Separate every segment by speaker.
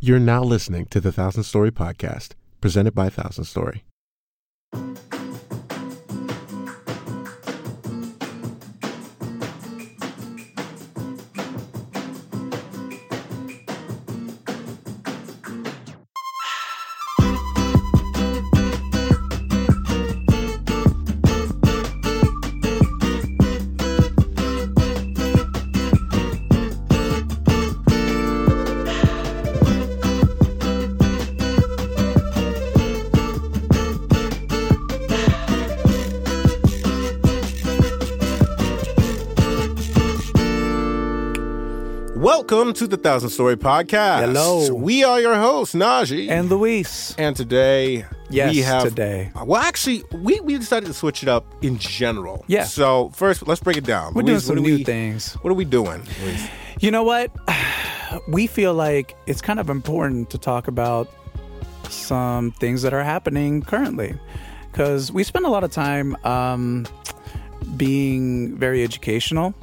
Speaker 1: You're now listening to the Thousand Story Podcast, presented by Thousand Story. Welcome to the Thousand Story Podcast.
Speaker 2: Hello.
Speaker 1: We are your hosts, Najee.
Speaker 2: and Luis.
Speaker 1: And today
Speaker 2: Yes,
Speaker 1: we have
Speaker 2: today.
Speaker 1: Well, actually, we, we decided to switch it up in general.
Speaker 2: Yeah.
Speaker 1: So first, let's break it down.
Speaker 2: We're doing
Speaker 1: Luis,
Speaker 2: some
Speaker 1: what are
Speaker 2: new
Speaker 1: we,
Speaker 2: things.
Speaker 1: What are we doing? Luis?
Speaker 2: You know what? We feel like it's kind of important to talk about some things that are happening currently because we spend a lot of time um, being very educational.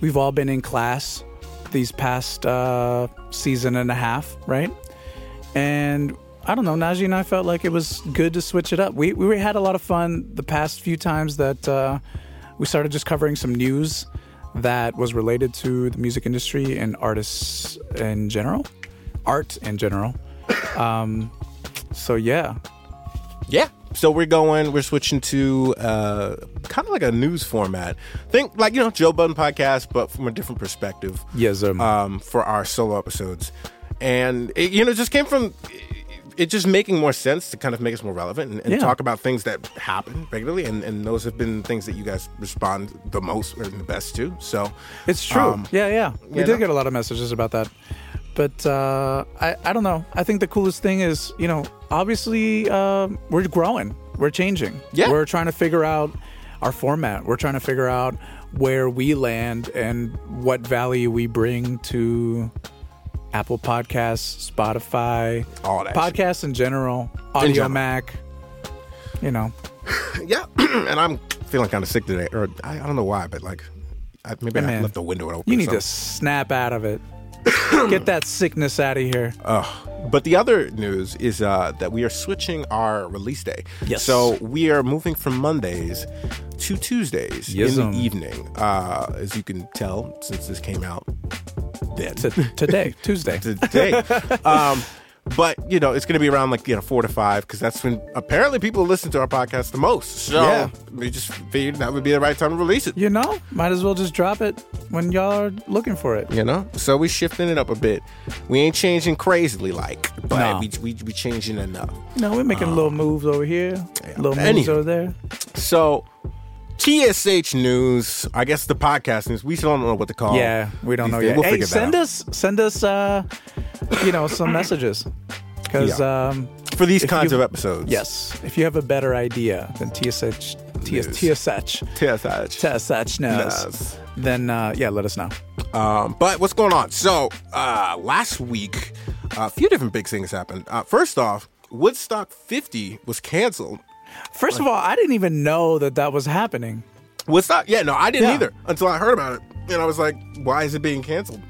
Speaker 2: We've all been in class these past uh, season and a half, right? And I don't know, Najee and I felt like it was good to switch it up. We, we had a lot of fun the past few times that uh, we started just covering some news that was related to the music industry and artists in general, art in general. Um, so, yeah.
Speaker 1: Yeah. So we're going, we're switching to uh, kind of like a news format. Think like, you know, Joe Budden podcast, but from a different perspective
Speaker 2: Yes, um,
Speaker 1: um, for our solo episodes. And, it, you know, just came from it just making more sense to kind of make us more relevant and, and
Speaker 2: Yeah.
Speaker 1: talk about things that happen regularly. And, and those have been things that you guys respond the most or the best to. So
Speaker 2: It's true.
Speaker 1: um,
Speaker 2: yeah, yeah. We
Speaker 1: yeah,
Speaker 2: did
Speaker 1: no.
Speaker 2: get a lot of messages about that. But uh, I, I don't know. I think the coolest thing is, you know, obviously uh, we're growing, we're changing.
Speaker 1: Yeah.
Speaker 2: We're trying to figure out our format, we're trying to figure out where we land and what value we bring to Apple Podcasts, Spotify,
Speaker 1: all that. shit.
Speaker 2: podcasts in general, Audio
Speaker 1: general.
Speaker 2: Mac, you know.
Speaker 1: Yeah. and I'm feeling kind of sick today. Or I, I don't know why, but like, I, maybe I
Speaker 2: man,
Speaker 1: left the window open.
Speaker 2: You
Speaker 1: or
Speaker 2: need
Speaker 1: something.
Speaker 2: to snap out of it. Get that sickness out of here.
Speaker 1: Ugh. But the other news is uh, that we are switching our release day.
Speaker 2: Yes.
Speaker 1: So we are moving from Mondays to Tuesdays in
Speaker 2: Yes'm.
Speaker 1: the evening. Uh, as you can tell, since this came out then
Speaker 2: to today, Tuesday.
Speaker 1: today. um, but you know, it's going to be around like you know four to five because that's when apparently people listen to our podcast the most. So
Speaker 2: Yeah.
Speaker 1: we just figured that would be the right time to release it.
Speaker 2: You know, might as well just drop it when y'all are looking for it.
Speaker 1: You know, so we shifting it up a bit. We ain't changing crazily like, but
Speaker 2: No.
Speaker 1: we, we we changing enough.
Speaker 2: You know, we're making
Speaker 1: Uh,
Speaker 2: little moves over here, little moves
Speaker 1: Anywho.
Speaker 2: over there.
Speaker 1: So, TSH news, I guess the podcast news, we still don't know what to call
Speaker 2: yeah, we don't
Speaker 1: Oh, these things.
Speaker 2: know yet.
Speaker 1: We'll
Speaker 2: hey,
Speaker 1: figure that
Speaker 2: send
Speaker 1: out.
Speaker 2: us, send us, uh, you know, some messages because,
Speaker 1: Yeah.
Speaker 2: um,
Speaker 1: For these kinds
Speaker 2: you-
Speaker 1: of episodes.
Speaker 2: yes, if you have a better idea than TSH,
Speaker 1: News.
Speaker 2: TS, TSH,
Speaker 1: TSH.
Speaker 2: TSH knows,
Speaker 1: Knows.
Speaker 2: then uh, yeah, let us know.
Speaker 1: Um, but what's going on? So, uh, last week, a few different big things happened. Uh, first off, Woodstock 50 was canceled.
Speaker 2: First of all, I didn't even know that that was happening.
Speaker 1: Woodstock? Yeah, no, I didn't
Speaker 2: Yeah.
Speaker 1: either until I heard about it. And I was like, why is it being canceled?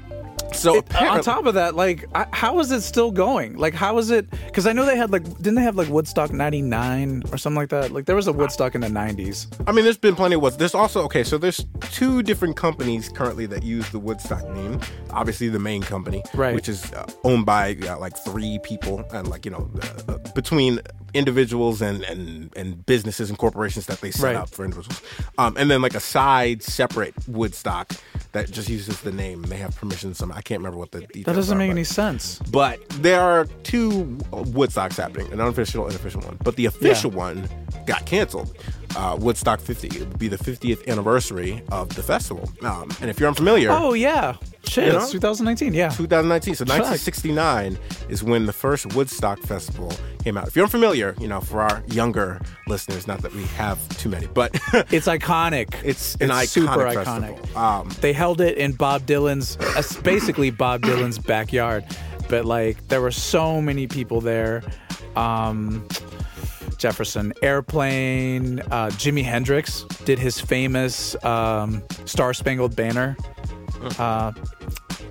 Speaker 1: So, apparently.
Speaker 2: uh, on top of that, like, I, how is it still going? Like, how is it? Because I know they had like, didn't they have like Woodstock '99 or something like that? Like, there was a Woodstock in the '90s.
Speaker 1: I mean, there's been plenty of what's. There's also okay. So there's two different companies currently that use the Woodstock name. Obviously, the main company,
Speaker 2: Right.
Speaker 1: which is uh, owned by uh, like three people, and like you know, uh, uh, between individuals and and and businesses and corporations that they set
Speaker 2: Right.
Speaker 1: up for individuals. Um, and then like a side separate Woodstock that just uses the name. They have permission. to Some I can't remember what the details
Speaker 2: That doesn't
Speaker 1: are,
Speaker 2: make
Speaker 1: but-
Speaker 2: any sense.
Speaker 1: but there are two Woodstocks happening, an unofficial and official one. But the official one got canceled. Uh, Woodstock 50. It would be the 50th anniversary of the festival. Um, and if you're unfamiliar,
Speaker 2: Oh yeah, shit,
Speaker 1: You know?
Speaker 2: it's 2019. Yeah,
Speaker 1: 2019. So
Speaker 2: Fuck.
Speaker 1: 1969 is when the first Woodstock Festival came out. If you're unfamiliar, you know, for our younger listeners, not that we have too many, but
Speaker 2: it's iconic.
Speaker 1: it's an iconic
Speaker 2: super
Speaker 1: festival.
Speaker 2: iconic.
Speaker 1: Um,
Speaker 2: They held it in Bob Dylan's, that's basically Bob Dylan's backyard. But like, there were so many people there. Um, Jefferson Airplane, uh, Jimi Hendrix did his famous um, Star Spangled Banner. Uh,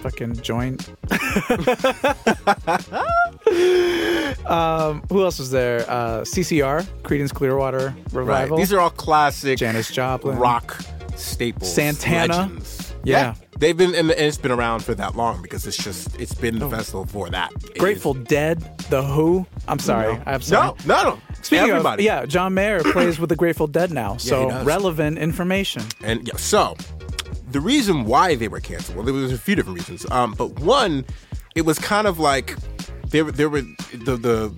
Speaker 2: fucking joint. um, who else was there? Uh, CCR, Creedence Clearwater
Speaker 1: Right.
Speaker 2: Revival.
Speaker 1: These are all classic
Speaker 2: Janis Joplin.
Speaker 1: rock staples.
Speaker 2: Santana.
Speaker 1: legends.
Speaker 2: Yeah.
Speaker 1: They've been and it's been around for that long because it's just it's been the festival for that. It
Speaker 2: Oh. Grateful
Speaker 1: is-
Speaker 2: Dead, The Who. I'm sorry. I'm sorry.
Speaker 1: No, no, no.
Speaker 2: Speaking
Speaker 1: Everybody.
Speaker 2: of, yeah, John Mayer plays with the Grateful Dead now, so
Speaker 1: does.
Speaker 2: relevant information.
Speaker 1: And yeah, so the reason why they were canceled, well, there was a few different reasons. Um, but one, it was kind of like there there were the the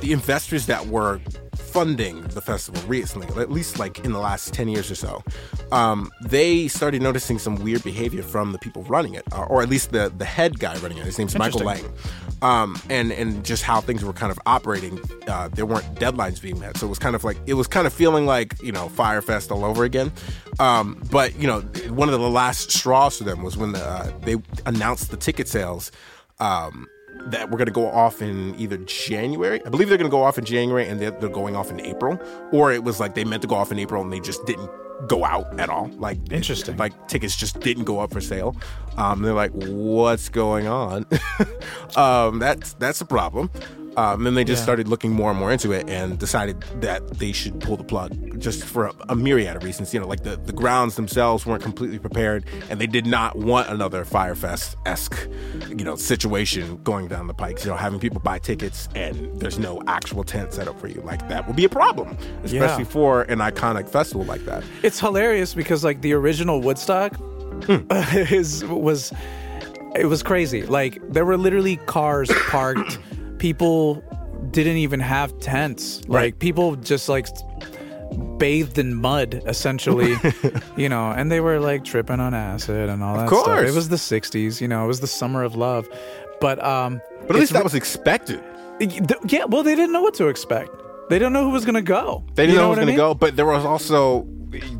Speaker 1: the investors that were funding the festival recently, at least like in the last ten years or so, um, they started noticing some weird behavior from the people running it, uh, or, or at least the the head guy running it. His name's Michael Lang.
Speaker 2: Interesting.
Speaker 1: um, and and just how things were kind of operating. Uh, there weren't deadlines being met, so it was kind of like it was kind of feeling like you know Firefest all over again. Um, but you know, one of the last straws for them was when the, uh, they announced the ticket sales. Um, that were going to go off in either January. I believe they're going to go off in January and they're, they're going off in April. Or it was like they meant to go off in April and they just didn't go out at all. Like
Speaker 2: Interesting.
Speaker 1: like tickets just didn't go up for sale. Um, they're like, what's going on? um, that's that's a problem. Um, then they just
Speaker 2: Yeah.
Speaker 1: started looking more and more into it and decided that they should pull the plug just for a, a myriad of reasons. You know, like the, the grounds themselves weren't completely prepared and they did not want another Firefest esque, you know, situation going down the pike. You know, having people buy tickets and there's no actual tent set up for you like that would be a problem, especially for an iconic festival like that.
Speaker 2: It's hilarious because like the original Woodstock
Speaker 1: Hmm.
Speaker 2: is was it was crazy. Like there were literally cars parked. people didn't even have tents. Like
Speaker 1: Right.
Speaker 2: people just like bathed in mud essentially, you know, and they were like tripping on acid and all that stuff.
Speaker 1: course.
Speaker 2: It was the 60s, you know, it was the summer of love. But um
Speaker 1: But at
Speaker 2: it's
Speaker 1: least that was expected.
Speaker 2: yeah, well they didn't know what to expect. They didn't know who was going to go.
Speaker 1: They didn't
Speaker 2: You
Speaker 1: know, it was
Speaker 2: what I
Speaker 1: going to
Speaker 2: mean?
Speaker 1: go, but there was also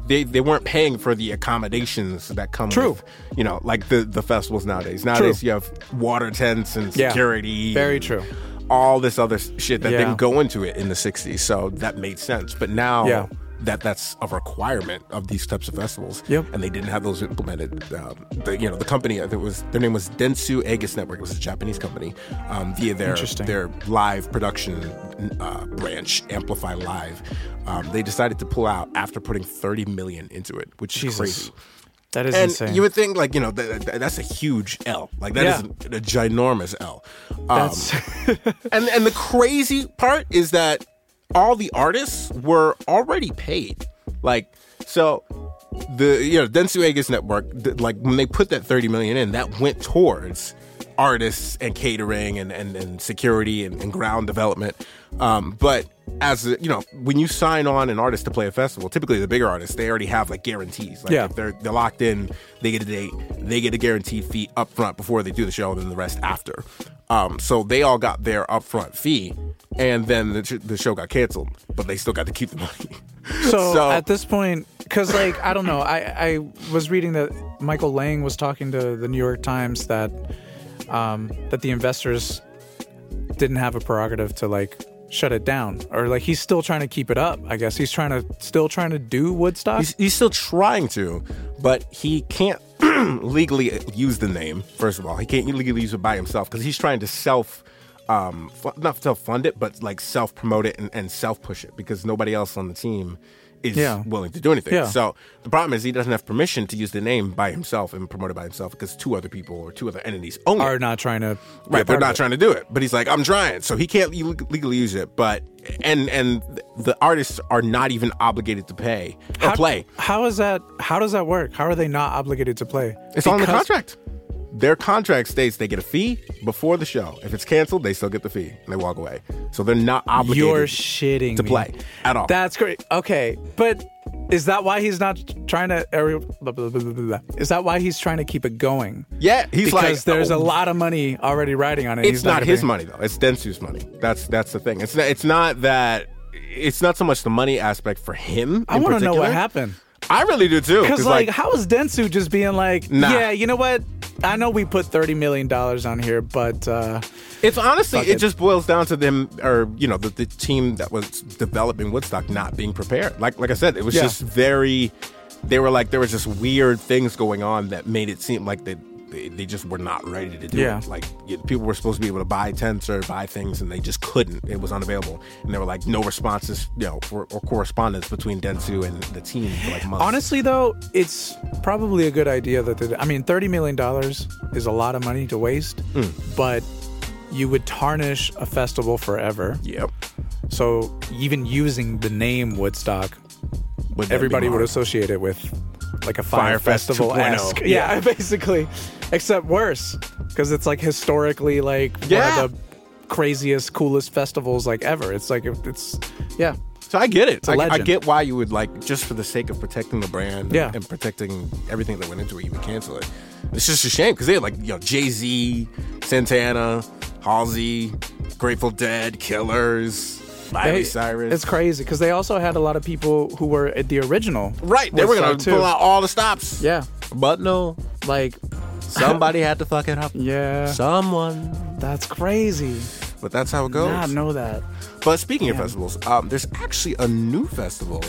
Speaker 1: they, they weren't paying for the accommodations that come
Speaker 2: True.
Speaker 1: with you know like the the festivals nowadays. Nowadays
Speaker 2: True.
Speaker 1: you have water tents and
Speaker 2: Yeah.
Speaker 1: security.
Speaker 2: Very
Speaker 1: and
Speaker 2: true.
Speaker 1: All this other s- shit that
Speaker 2: Yeah.
Speaker 1: didn't go into it in the '60s, so that made sense. But now
Speaker 2: Yeah.
Speaker 1: that that's a requirement of these types of festivals,
Speaker 2: Yep.
Speaker 1: and they didn't have those implemented. Um, the you know the company I think it was their name was Dentsu Aegis Network. It was a Japanese company um, via their
Speaker 2: Interesting.
Speaker 1: their their live production uh, branch, Amplify Live, um, they decided to pull out after putting 30 million into it, which is
Speaker 2: Jesus.
Speaker 1: crazy.
Speaker 2: That is
Speaker 1: And
Speaker 2: insane.
Speaker 1: you would think, like, you know, th- th- that's a huge L. Like, that
Speaker 2: Yeah.
Speaker 1: is an- a ginormous L. Um,
Speaker 2: That's
Speaker 1: and and the crazy part is that all the artists were already paid. Like so, the you know Dentsu Aegis Network, th- like when they put that thirty million in, that went towards artists and catering and and, and security and, and ground development. Um, but as a, you know, when you sign on an artist to play a festival, typically the bigger artists they already have like guarantees. Like
Speaker 2: Yeah.
Speaker 1: if they're they're locked in, they get a date, they get a guaranteed fee up front before they do the show, and then the rest after. Um, so they all got their upfront fee, and then the, sh- the show got canceled, but they still got to keep the money.
Speaker 2: So,
Speaker 1: So-
Speaker 2: at this point, because like I don't know, I I was reading that Michael Lang was talking to the New York Times that um, that the investors didn't have a prerogative to like shut it down or like he's still trying to keep it up. I guess he's trying to still trying to do Woodstock.
Speaker 1: he's, he's still trying to, but he can't legally use the name. First of all, he can't legally use it by himself because he's trying to self, um, fu- not self fund it, but like self promote it and, and self push it because nobody else on the team is
Speaker 2: Yeah.
Speaker 1: willing to do anything.
Speaker 2: Yeah.
Speaker 1: So the problem is he doesn't have permission to use the name by himself and promote it by himself because two other people or two other entities own it.
Speaker 2: Are not trying to be
Speaker 1: Right,
Speaker 2: a
Speaker 1: they're
Speaker 2: part of
Speaker 1: not
Speaker 2: it.
Speaker 1: trying to do it, but he's like, I'm trying, so he can't le- legally use it. But and and the artists are not even obligated to pay or
Speaker 2: How-
Speaker 1: play.
Speaker 2: How is that? How does that work? How are they not obligated to play?
Speaker 1: It's all in the
Speaker 2: Because-
Speaker 1: contract. Their contract states they get a fee before the show. If it's canceled, they still get the fee and they walk away. So they're not obligated.
Speaker 2: You're shitting
Speaker 1: to
Speaker 2: me.
Speaker 1: play at all.
Speaker 2: That's great. Okay, but is that why he's not trying to? er, blah, blah, blah, blah, blah. Is that why he's trying to keep it going?
Speaker 1: yeah, he's
Speaker 2: because
Speaker 1: like
Speaker 2: there's
Speaker 1: "Oh,
Speaker 2: a lot of money already riding on it.
Speaker 1: It's
Speaker 2: He's
Speaker 1: not
Speaker 2: gonna
Speaker 1: his
Speaker 2: be-
Speaker 1: money though. It's Densu's money. That's that's the thing. It's not, it's not that. It's not so much the money aspect for him.
Speaker 2: I
Speaker 1: want to
Speaker 2: know what happened
Speaker 1: I really do too.
Speaker 2: because, like, how is Densu just being like,
Speaker 1: Nah.
Speaker 2: yeah, you know what? I know we put thirty million dollars on here, but uh,
Speaker 1: It's honestly, it
Speaker 2: it.
Speaker 1: just boils down to them, or you know, the, the team that was developing Woodstock not being prepared. Like, like I said, it was
Speaker 2: Yeah.
Speaker 1: just very. They were like there was just weird things going on that made it seem like they they, they just were not ready to do
Speaker 2: Yeah.
Speaker 1: it. Like y- people were supposed to be able to buy tents or buy things, and they just couldn't. It was unavailable, and there were like no responses, you know, or, or correspondence between Dentsu and the team for like months.
Speaker 2: Honestly, though, it's probably a good idea that they, I mean, thirty million dollars is a lot of money to waste,
Speaker 1: Hmm.
Speaker 2: but you would tarnish a festival forever.
Speaker 1: yep.
Speaker 2: So even using the name Woodstock,
Speaker 1: Would that be
Speaker 2: everybody would
Speaker 1: hard?
Speaker 2: associate it with like a fire,
Speaker 1: Firefest
Speaker 2: festival
Speaker 1: 2.0.
Speaker 2: Yeah, basically, except worse because it's like historically like one
Speaker 1: Yeah.
Speaker 2: of the craziest, coolest festivals like ever. It's like it- it's yeah,
Speaker 1: So I get it.
Speaker 2: a
Speaker 1: I, I
Speaker 2: legend.
Speaker 1: get why you would like just for the sake of protecting the brand
Speaker 2: Yeah.
Speaker 1: and protecting everything that went into it, you would cancel it. It's just a shame because they had like you know Jay Z, Santana, Halsey, Grateful Dead, Killers, Miley
Speaker 2: They-
Speaker 1: Cyrus.
Speaker 2: It's crazy because they also had a lot of people who were at the original.
Speaker 1: right. They were gonna
Speaker 2: Woodstock, too.
Speaker 1: pull out all the stops.
Speaker 2: Yeah,
Speaker 1: But no,
Speaker 2: like
Speaker 1: somebody had to fuck it up.
Speaker 2: yeah,
Speaker 1: Someone.
Speaker 2: that's crazy.
Speaker 1: But that's how it goes.
Speaker 2: Nah, I know that.
Speaker 1: But speaking of festivals, um, there's actually a new festival,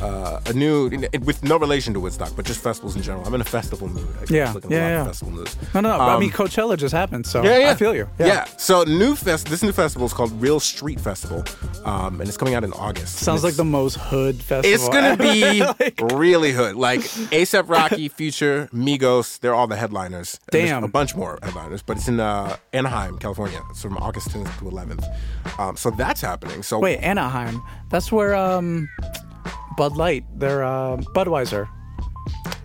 Speaker 1: uh, a new with no relation to Woodstock, but just festivals in general. I'm in a festival mood. I keep
Speaker 2: Yeah,
Speaker 1: looking
Speaker 2: yeah,
Speaker 1: at a lot
Speaker 2: yeah.
Speaker 1: of festival news.
Speaker 2: No, no, I
Speaker 1: Um,
Speaker 2: mean Coachella just happened, so
Speaker 1: yeah, yeah,
Speaker 2: I feel you.
Speaker 1: Yeah. So new fest. This new festival is called Real Street Festival, um, and it's coming out in August.
Speaker 2: sounds
Speaker 1: And
Speaker 2: like
Speaker 1: it's-
Speaker 2: the most hood festival. e-,
Speaker 1: It's gonna be
Speaker 2: Like-
Speaker 1: really hood. Like ASAP Rocky, Future, Migos, they're all the headliners. And there's
Speaker 2: Damn.
Speaker 1: a bunch more headliners. But it's in uh, Anaheim, California. It's from August 10th to 11th. Um, so that's happening. So
Speaker 2: Wait, Anaheim. That's where um, Bud Light, their uh, Budweiser.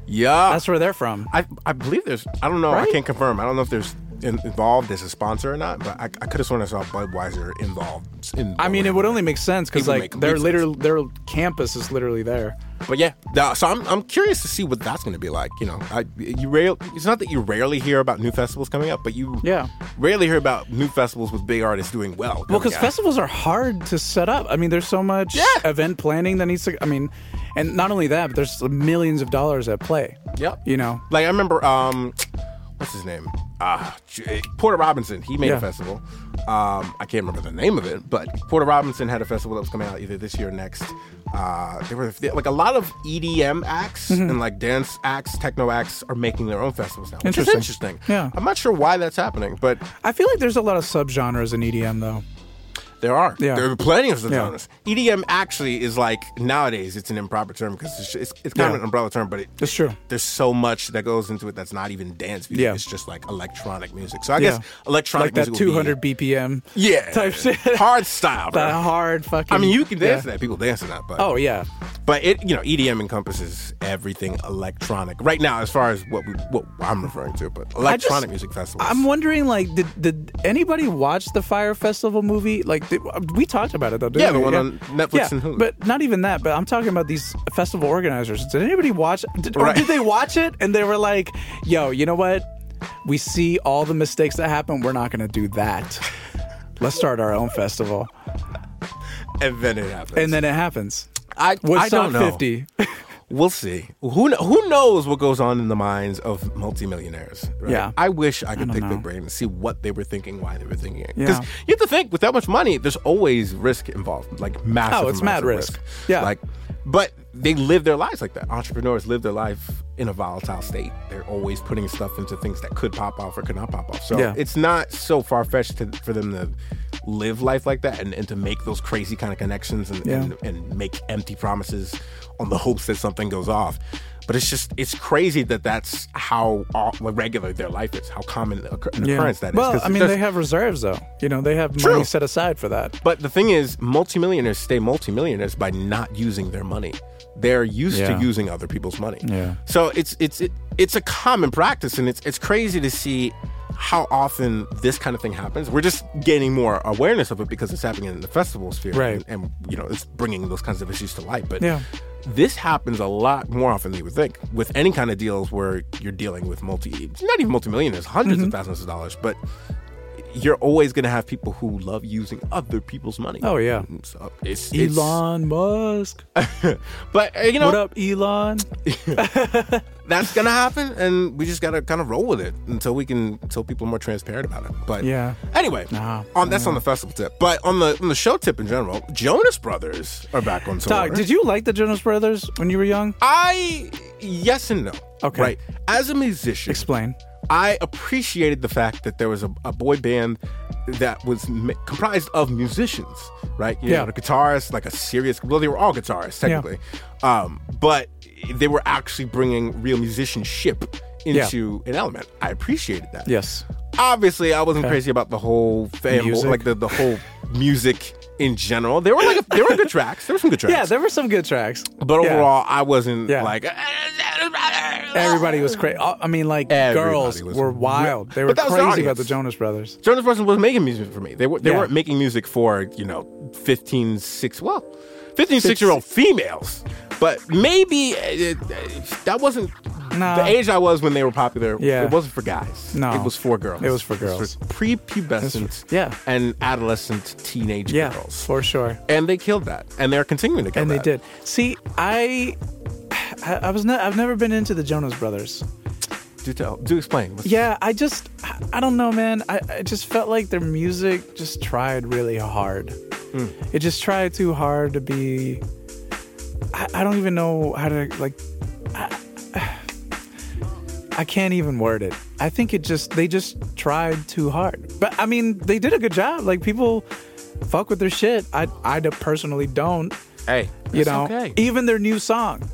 Speaker 1: yeah,
Speaker 2: That's where they're from.
Speaker 1: I, I believe there's. I don't know.
Speaker 2: Right?
Speaker 1: I can't confirm. I don't know if there's in, involved as a sponsor or not. But I, I could have sworn I saw Budweiser involved. In
Speaker 2: I mean, it would only make sense because
Speaker 1: It would
Speaker 2: like
Speaker 1: make complete
Speaker 2: their literal their campus is literally there.
Speaker 1: But yeah, the- so I'm, I'm curious to see what that's going to be like. You know, I, you rail, It's not that you rarely hear about new festivals coming up, but you
Speaker 2: Yeah.
Speaker 1: rarely hear about new festivals with big artists doing well.
Speaker 2: Well, because
Speaker 1: coming out.
Speaker 2: festivals are hard to set up. I mean, there's so much
Speaker 1: Yeah.
Speaker 2: event planning that needs to. I mean, and not only that, but there's millions of dollars at play.
Speaker 1: Yep.
Speaker 2: You know.
Speaker 1: Like I remember, um, what's his name? Ah, J- Porter Robinson. He made
Speaker 2: Yeah.
Speaker 1: a festival. Um, I can't remember the name of it, but Porter Robinson had a festival that was coming out either this year or next. Uh, there were like a lot of EDM acts
Speaker 2: Mm-hmm.
Speaker 1: and like dance acts, techno acts are making their own festivals now, which
Speaker 2: Interesting.
Speaker 1: is interesting.
Speaker 2: Yeah.
Speaker 1: I'm not sure why that's happening, but
Speaker 2: I feel like there's a lot of subgenres in EDM though.
Speaker 1: there are.
Speaker 2: Yeah.
Speaker 1: There are plenty of
Speaker 2: Yeah.
Speaker 1: genres. EDM actually is like nowadays it's an improper term because it's, it's, it's kind
Speaker 2: Yeah.
Speaker 1: of an umbrella term, but it,
Speaker 2: It's true.
Speaker 1: There's so much that goes into it that's not even dance music.
Speaker 2: Yeah.
Speaker 1: It's just like electronic music. So I
Speaker 2: Yeah.
Speaker 1: guess electronic
Speaker 2: Like that
Speaker 1: music would
Speaker 2: 200 BPM.
Speaker 1: be, yeah
Speaker 2: Type shit.
Speaker 1: hard style.
Speaker 2: That
Speaker 1: bro.
Speaker 2: hard fucking.
Speaker 1: I mean, you can dance
Speaker 2: yeah.
Speaker 1: to that. People dance to that, but
Speaker 2: Oh yeah.
Speaker 1: but it you know EDM encompasses everything electronic right now as far as what we what I'm referring to, but
Speaker 2: I just-
Speaker 1: electronic music festivals.
Speaker 2: I'm wondering, like, did did anybody watch the Fire Festival movie? Like, did, we talked about it though. Didn't
Speaker 1: Yeah, the
Speaker 2: we?
Speaker 1: one on Netflix
Speaker 2: Yeah,
Speaker 1: and Hulu.
Speaker 2: But not even that. But I'm talking about these festival organizers. Did anybody watch? Did, or
Speaker 1: Right.
Speaker 2: did they watch it and they were like, "Yo, you know what? We see all the mistakes that happen. We're not going to do that. Let's start our own festival."
Speaker 1: and then it happens.
Speaker 2: And then it happens.
Speaker 1: I, I don't
Speaker 2: Woodstock
Speaker 1: know.
Speaker 2: 50.
Speaker 1: We'll see. Who kn- who knows what goes on in the minds of multimillionaires? Right?
Speaker 2: Yeah.
Speaker 1: I wish I could
Speaker 2: don't
Speaker 1: pick
Speaker 2: know.
Speaker 1: their brain and see what they were thinking, why they were thinking it.
Speaker 2: Yeah.
Speaker 1: Because you have to think with that much money, there's always risk involved, like massive.
Speaker 2: Oh, it's
Speaker 1: amounts
Speaker 2: mad
Speaker 1: of
Speaker 2: risk. Yeah.
Speaker 1: Like, but they live their lives like that. Entrepreneurs live their life in a volatile state. They're always putting stuff into things that could pop off or could not pop off. So
Speaker 2: Yeah.
Speaker 1: it's not so far fetched for them to live life like that and, and to make those crazy kind of connections and,
Speaker 2: Yeah.
Speaker 1: and and make empty promises on the hopes that something goes off. But it's just it's crazy that that's how all, like, regular their life is, how common occur- an occurrence that is.
Speaker 2: well,
Speaker 1: 'Cause
Speaker 2: I mean,
Speaker 1: there's-
Speaker 2: they have reserves though. You know, they have money
Speaker 1: True.
Speaker 2: set aside for that.
Speaker 1: but the thing is, multimillionaires stay multimillionaires by not using their money. They're used
Speaker 2: Yeah.
Speaker 1: to using other people's money.
Speaker 2: Yeah.
Speaker 1: So it's it's it, it's a common practice, and it's it's crazy to see how often this kind of thing happens. We're just gaining more awareness of it because it's happening in the festival sphere,
Speaker 2: Right.
Speaker 1: And, and, you know, it's bringing those kinds of issues to light. But
Speaker 2: Yeah.
Speaker 1: this happens a lot more often than you would think with any kind of deals where you're dealing with multi, not even multimillionaires, 100s of
Speaker 2: Mm-hmm.
Speaker 1: thousands of dollars, but you're always going to have people who love using other people's money.
Speaker 2: Oh, yeah.
Speaker 1: so it's, it's-
Speaker 2: Elon Musk.
Speaker 1: but uh, you know
Speaker 2: What up, Elon?
Speaker 1: that's gonna happen, and we just gotta kind of roll with it until we can until people are more transparent about it. But
Speaker 2: Yeah.
Speaker 1: anyway,
Speaker 2: Nah.
Speaker 1: on that's on the festival tip, but on the on the show tip in general, Jonas Brothers are back on tour.
Speaker 2: Dog, did you like the Jonas Brothers when you were young?
Speaker 1: I yes and no.
Speaker 2: Okay.
Speaker 1: right as a musician,
Speaker 2: Explain.
Speaker 1: I appreciated the fact that there was a, a boy band that was m- comprised of musicians, right? You
Speaker 2: Yeah.
Speaker 1: know, the guitarist, like a serious. Well, they were all guitarists
Speaker 2: Yeah.
Speaker 1: technically, um, but they were actually bringing real musicianship
Speaker 2: Yeah.
Speaker 1: into an element. I appreciated that.
Speaker 2: Yes.
Speaker 1: Obviously, I wasn't crazy about the whole fam-
Speaker 2: Music.
Speaker 1: like the, the whole music in general. There were like a, there were good tracks. There were some good tracks.
Speaker 2: Yeah, there were some good tracks.
Speaker 1: But
Speaker 2: Yeah.
Speaker 1: overall, I wasn't
Speaker 2: Yeah.
Speaker 1: like. "Eh,
Speaker 2: everybody was crazy. I mean, like
Speaker 1: Everybody
Speaker 2: girls
Speaker 1: was
Speaker 2: were
Speaker 1: ri-
Speaker 2: wild. They were
Speaker 1: But that was the
Speaker 2: crazy about
Speaker 1: audience.
Speaker 2: the Jonas Brothers.
Speaker 1: Jonas Brothers was making music for me. They, were, they
Speaker 2: Yeah.
Speaker 1: weren't making music for, you know, 15, 6, well, 15, 6 year old females. But maybe it, it- that wasn't
Speaker 2: No.
Speaker 1: the age I was when they were popular.
Speaker 2: Yeah.
Speaker 1: It wasn't for guys.
Speaker 2: No.
Speaker 1: It was for girls.
Speaker 2: It was for girls.
Speaker 1: prepubescent
Speaker 2: yeah.
Speaker 1: and adolescent teenage
Speaker 2: Yeah,
Speaker 1: girls.
Speaker 2: for sure.
Speaker 1: And they killed that. And they're continuing to kill
Speaker 2: And
Speaker 1: that.
Speaker 2: they did. See, I, I, I was not. I've never been into the Jonas Brothers.
Speaker 1: Do tell. Do explain. What's-
Speaker 2: Yeah, I just, I- I don't know, man. I, I just felt like their music just tried really hard.
Speaker 1: Hmm.
Speaker 2: It just tried too hard to be. I, I don't even know how to like. I, I can't even word it. I think it just they just tried too hard. But I mean, they did a good job. Like people fuck with their shit. I I d- personally don't.
Speaker 1: Hey.
Speaker 2: You
Speaker 1: it's
Speaker 2: know, e
Speaker 1: okay.
Speaker 2: even their new song,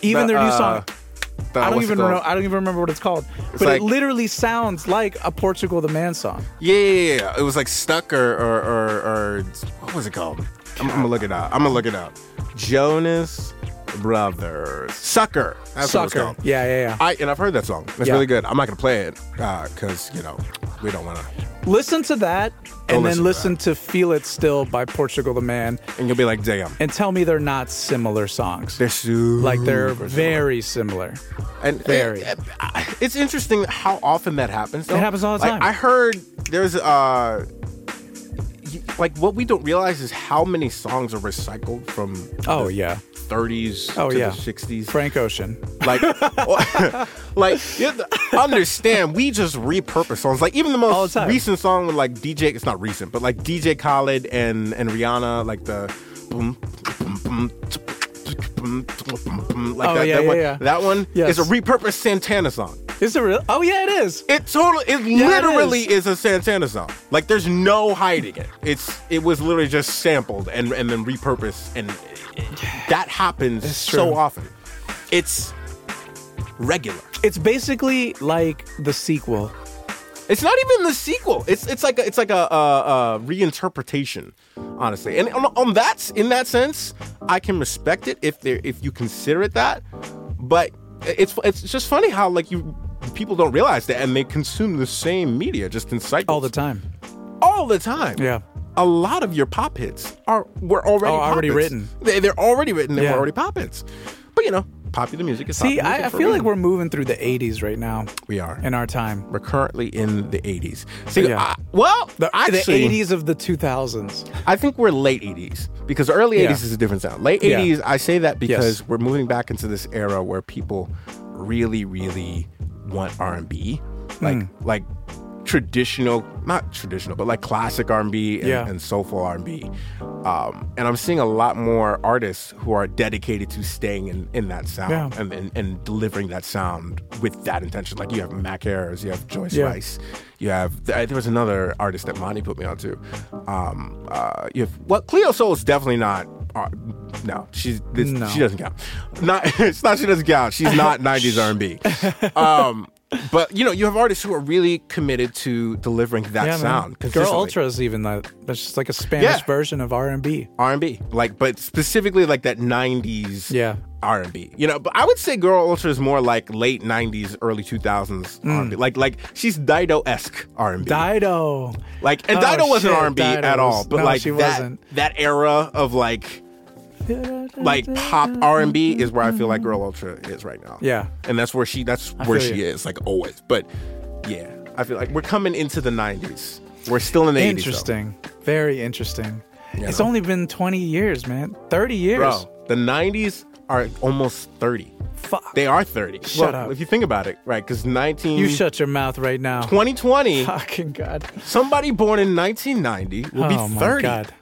Speaker 2: even
Speaker 1: The,
Speaker 2: their new
Speaker 1: uh,
Speaker 2: song.
Speaker 1: the-
Speaker 2: I don't
Speaker 1: what's it
Speaker 2: even
Speaker 1: called?
Speaker 2: know. I don't even remember what it's called. but
Speaker 1: like-
Speaker 2: it literally sounds like a Portugal the Man song.
Speaker 1: Yeah, yeah, yeah, yeah. It was like stuck or or or, or what was it called? I'm, I'm gonna look it up. I'm gonna look it up. Jonas Brothers. Sucker. That's what it's
Speaker 2: Sucker.
Speaker 1: called.
Speaker 2: Yeah, yeah, yeah.
Speaker 1: I and I've heard that song. It's
Speaker 2: Yeah.
Speaker 1: really good. I'm not gonna play it because you know we don't wanna.
Speaker 2: Listen to that, and then
Speaker 1: listen
Speaker 2: listen to "Feel It Still" by Portugal the Man,
Speaker 1: And you'll be like, damn,
Speaker 2: and tell me they're not similar songs.
Speaker 1: they're super
Speaker 2: like they're
Speaker 1: similar.
Speaker 2: very similar.
Speaker 1: and
Speaker 2: very.
Speaker 1: and- and it's interesting how often that happens. Though.
Speaker 2: It happens all the
Speaker 1: Like,
Speaker 2: time.
Speaker 1: I heard there's uh. y- Like what we don't realize is how many songs are recycled from
Speaker 2: Oh
Speaker 1: the
Speaker 2: yeah,
Speaker 1: 30s
Speaker 2: Oh,
Speaker 1: to
Speaker 2: yeah.
Speaker 1: the 60s.
Speaker 2: Frank Ocean.
Speaker 1: Like, oh, like you have to understand, we just repurpose songs. Like even the
Speaker 2: All
Speaker 1: most
Speaker 2: the time.
Speaker 1: recent song with like DJ, it's not recent, but like DJ Khaled and and Rihanna, like the boom, boom, boom, boom, boom, boom, like
Speaker 2: Oh,
Speaker 1: that,
Speaker 2: yeah,
Speaker 1: that
Speaker 2: yeah,
Speaker 1: one,
Speaker 2: yeah.
Speaker 1: that one
Speaker 2: Yes.
Speaker 1: is a repurposed Santana song.
Speaker 2: Is it real? Oh yeah, it is.
Speaker 1: It totally, it
Speaker 2: it
Speaker 1: literally is.
Speaker 2: is.
Speaker 1: a Santana song. Like there's no hiding it. It's it was literally just sampled and and then repurposed, and that happens so
Speaker 2: true.
Speaker 1: often. It's regular.
Speaker 2: It's basically like the sequel.
Speaker 1: It's not even the sequel. It's it's like a, it's like a, a, a reinterpretation, honestly. And on, on that in that sense, I can respect it if there if you consider it that. But it's it's just funny how like you people don't realize that and they consume the same media just in cycles
Speaker 2: All the time.
Speaker 1: all the time.
Speaker 2: Yeah.
Speaker 1: A lot of your pop hits are were already
Speaker 2: Oh,
Speaker 1: pop
Speaker 2: already
Speaker 1: hits.
Speaker 2: written.
Speaker 1: They, they're already written. They
Speaker 2: Yeah.
Speaker 1: were already pop hits. But you know, popular music is
Speaker 2: See,
Speaker 1: popular music
Speaker 2: I, I
Speaker 1: for a
Speaker 2: feel like
Speaker 1: reason.
Speaker 2: we're moving through the '80s right now.
Speaker 1: We are.
Speaker 2: in our time.
Speaker 1: we're currently in the 80s. See,
Speaker 2: Yeah.
Speaker 1: I- well,
Speaker 2: The,
Speaker 1: actually,
Speaker 2: the 80s of the 2000s.
Speaker 1: I think we're late 80s because the early
Speaker 2: Yeah.
Speaker 1: 80s is a different sound. Late
Speaker 2: Yeah.
Speaker 1: 80s, I say that because
Speaker 2: Yes.
Speaker 1: we're moving back into this era where people really, really want R&B, like
Speaker 2: Hmm.
Speaker 1: like traditional, not traditional, but like classic R&B and,
Speaker 2: Yeah.
Speaker 1: and soulful R&B. Um, and I'm seeing a lot more artists who are dedicated to staying in, in that sound
Speaker 2: Yeah.
Speaker 1: and, and and delivering that sound with that intention. Like you have Mac Ayers, you have Joyce
Speaker 2: Yeah.
Speaker 1: Rice. You have th- there was another artist that Monty put me onto. Um, uh, you have well, Cleo Soul is definitely not. Uh, no, she's this,
Speaker 2: No.
Speaker 1: she doesn't count. Not it's not she doesn't count. She's not '90s R&B. Um, but you know, you have artists who are really committed to delivering that
Speaker 2: Yeah,
Speaker 1: sound.
Speaker 2: man. Girl
Speaker 1: consistently.
Speaker 2: Ultra is even that. That's just like a Spanish
Speaker 1: Yeah.
Speaker 2: version of R and B.
Speaker 1: R&B, like, but specifically like that '90s.
Speaker 2: Yeah.
Speaker 1: R&B, you know, but I would say Girl Ultra is more like late '90s, early 2000s
Speaker 2: Mm.
Speaker 1: R&B. Like, like she's Dido-esque R&B.
Speaker 2: Dido.
Speaker 1: Like, and
Speaker 2: Oh,
Speaker 1: Dido wasn't
Speaker 2: shit,
Speaker 1: R and B
Speaker 2: Dido
Speaker 1: at all,
Speaker 2: was-
Speaker 1: but
Speaker 2: no,
Speaker 1: like
Speaker 2: she
Speaker 1: that
Speaker 2: wasn't.
Speaker 1: that era of like
Speaker 2: Mm-hmm.
Speaker 1: like pop R and B is where I feel like Girl Ultra is right now.
Speaker 2: Yeah.
Speaker 1: and that's where she that's where
Speaker 2: feel
Speaker 1: she
Speaker 2: you.
Speaker 1: is like always. But yeah, I feel like we're coming into the nineties. We're still in the eighties.
Speaker 2: Interesting. Very interesting. It's
Speaker 1: know.
Speaker 2: only been 20 years, man. 30 years.
Speaker 1: bro. The nineties are almost thirty.
Speaker 2: Fuck.
Speaker 1: They are thirty.
Speaker 2: Shut
Speaker 1: Well,
Speaker 2: up.
Speaker 1: If you think about it, right? Because nineteen.
Speaker 2: you shut your mouth right now.
Speaker 1: 2020,
Speaker 2: Fucking God.
Speaker 1: somebody born in 1990 will
Speaker 2: oh
Speaker 1: be
Speaker 2: my
Speaker 1: 30.
Speaker 2: God.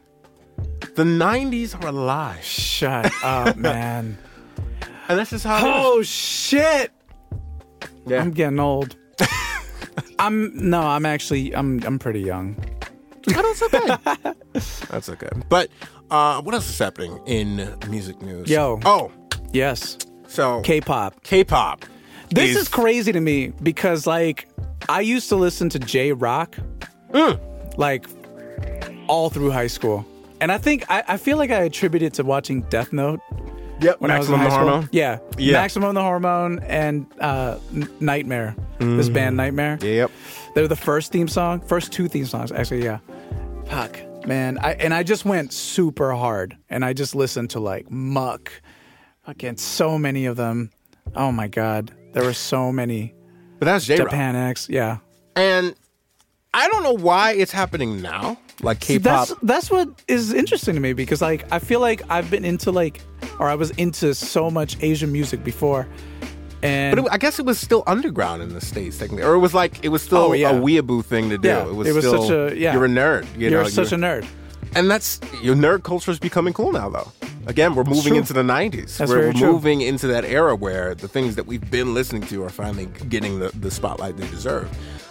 Speaker 1: The 90s are alive.
Speaker 2: Shut up, man.
Speaker 1: And that's just how it is.
Speaker 2: Oh, shit.
Speaker 1: Yeah.
Speaker 2: I'm getting old. I'm no, I'm actually I'm I'm pretty young.
Speaker 1: I don't okay. That's okay. But uh, what else is happening in music news?
Speaker 2: Yo.
Speaker 1: Oh,
Speaker 2: Yes.
Speaker 1: so
Speaker 2: K-pop.
Speaker 1: K-pop.
Speaker 2: This is crazy to me because like I used to listen to J Rock
Speaker 1: Mm.
Speaker 2: like all through high school. And I think I, I feel like I attribute it to watching Death Note
Speaker 1: yep, Maximum
Speaker 2: when I was in high school.
Speaker 1: Hormone.
Speaker 2: Yeah.
Speaker 1: Yeah.
Speaker 2: Maximum the Hormone and uh, N- Nightmare. This
Speaker 1: Mm.
Speaker 2: band Nightmare.
Speaker 1: Yep.
Speaker 2: They were the first theme song, first two theme songs, actually, yeah. Fuck, man. I and I just went super hard and I just listened to like muck. Fucking so many of them. Oh my god. There were so many.
Speaker 1: But that's J Rock.
Speaker 2: Japan X, yeah.
Speaker 1: And I don't know why it's happening now. Like K-pop.
Speaker 2: That's that's what is interesting to me because like I feel like I've been into like or I was into so much Asian music before. And
Speaker 1: but it, I guess it was still underground in the states, technically, or it was like it was still
Speaker 2: Oh, yeah.
Speaker 1: a weeaboo thing to do.
Speaker 2: Yeah,
Speaker 1: It was,
Speaker 2: it was
Speaker 1: still
Speaker 2: such a- yeah.
Speaker 1: you're a nerd. You
Speaker 2: you're
Speaker 1: know,
Speaker 2: such a nerd.
Speaker 1: And that's your nerd culture is becoming cool now, though. Again, we're moving
Speaker 2: true.
Speaker 1: into the '90s.
Speaker 2: That's
Speaker 1: we're
Speaker 2: very
Speaker 1: we're
Speaker 2: true.
Speaker 1: moving into that era where the things that we've been listening to are finally getting the, the spotlight they deserve.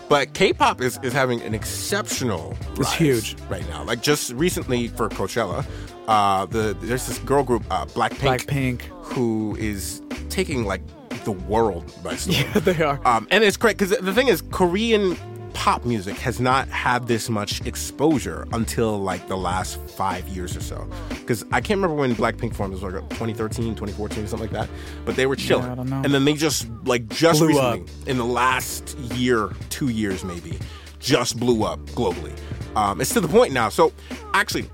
Speaker 1: But K-pop is, is having an exceptional. rise
Speaker 2: huge.
Speaker 1: right now. Like just recently for Coachella, uh, the there's this girl group uh, Blackpink,
Speaker 2: Blackpink.
Speaker 1: who is taking like the world by storm.
Speaker 2: Yeah, they are.
Speaker 1: Um, and it's great because the thing is, Korean pop music has not had this much exposure until like the last five years or so. Because I can't remember when Blackpink formed, it was like 2013, 2014, something like that. But they were chilling.
Speaker 2: I don't know.
Speaker 1: And then they just, like, just
Speaker 2: Blew
Speaker 1: recently,
Speaker 2: up.
Speaker 1: in the last year, two years maybe, just blew up globally. Um, it's to the point now. So actually,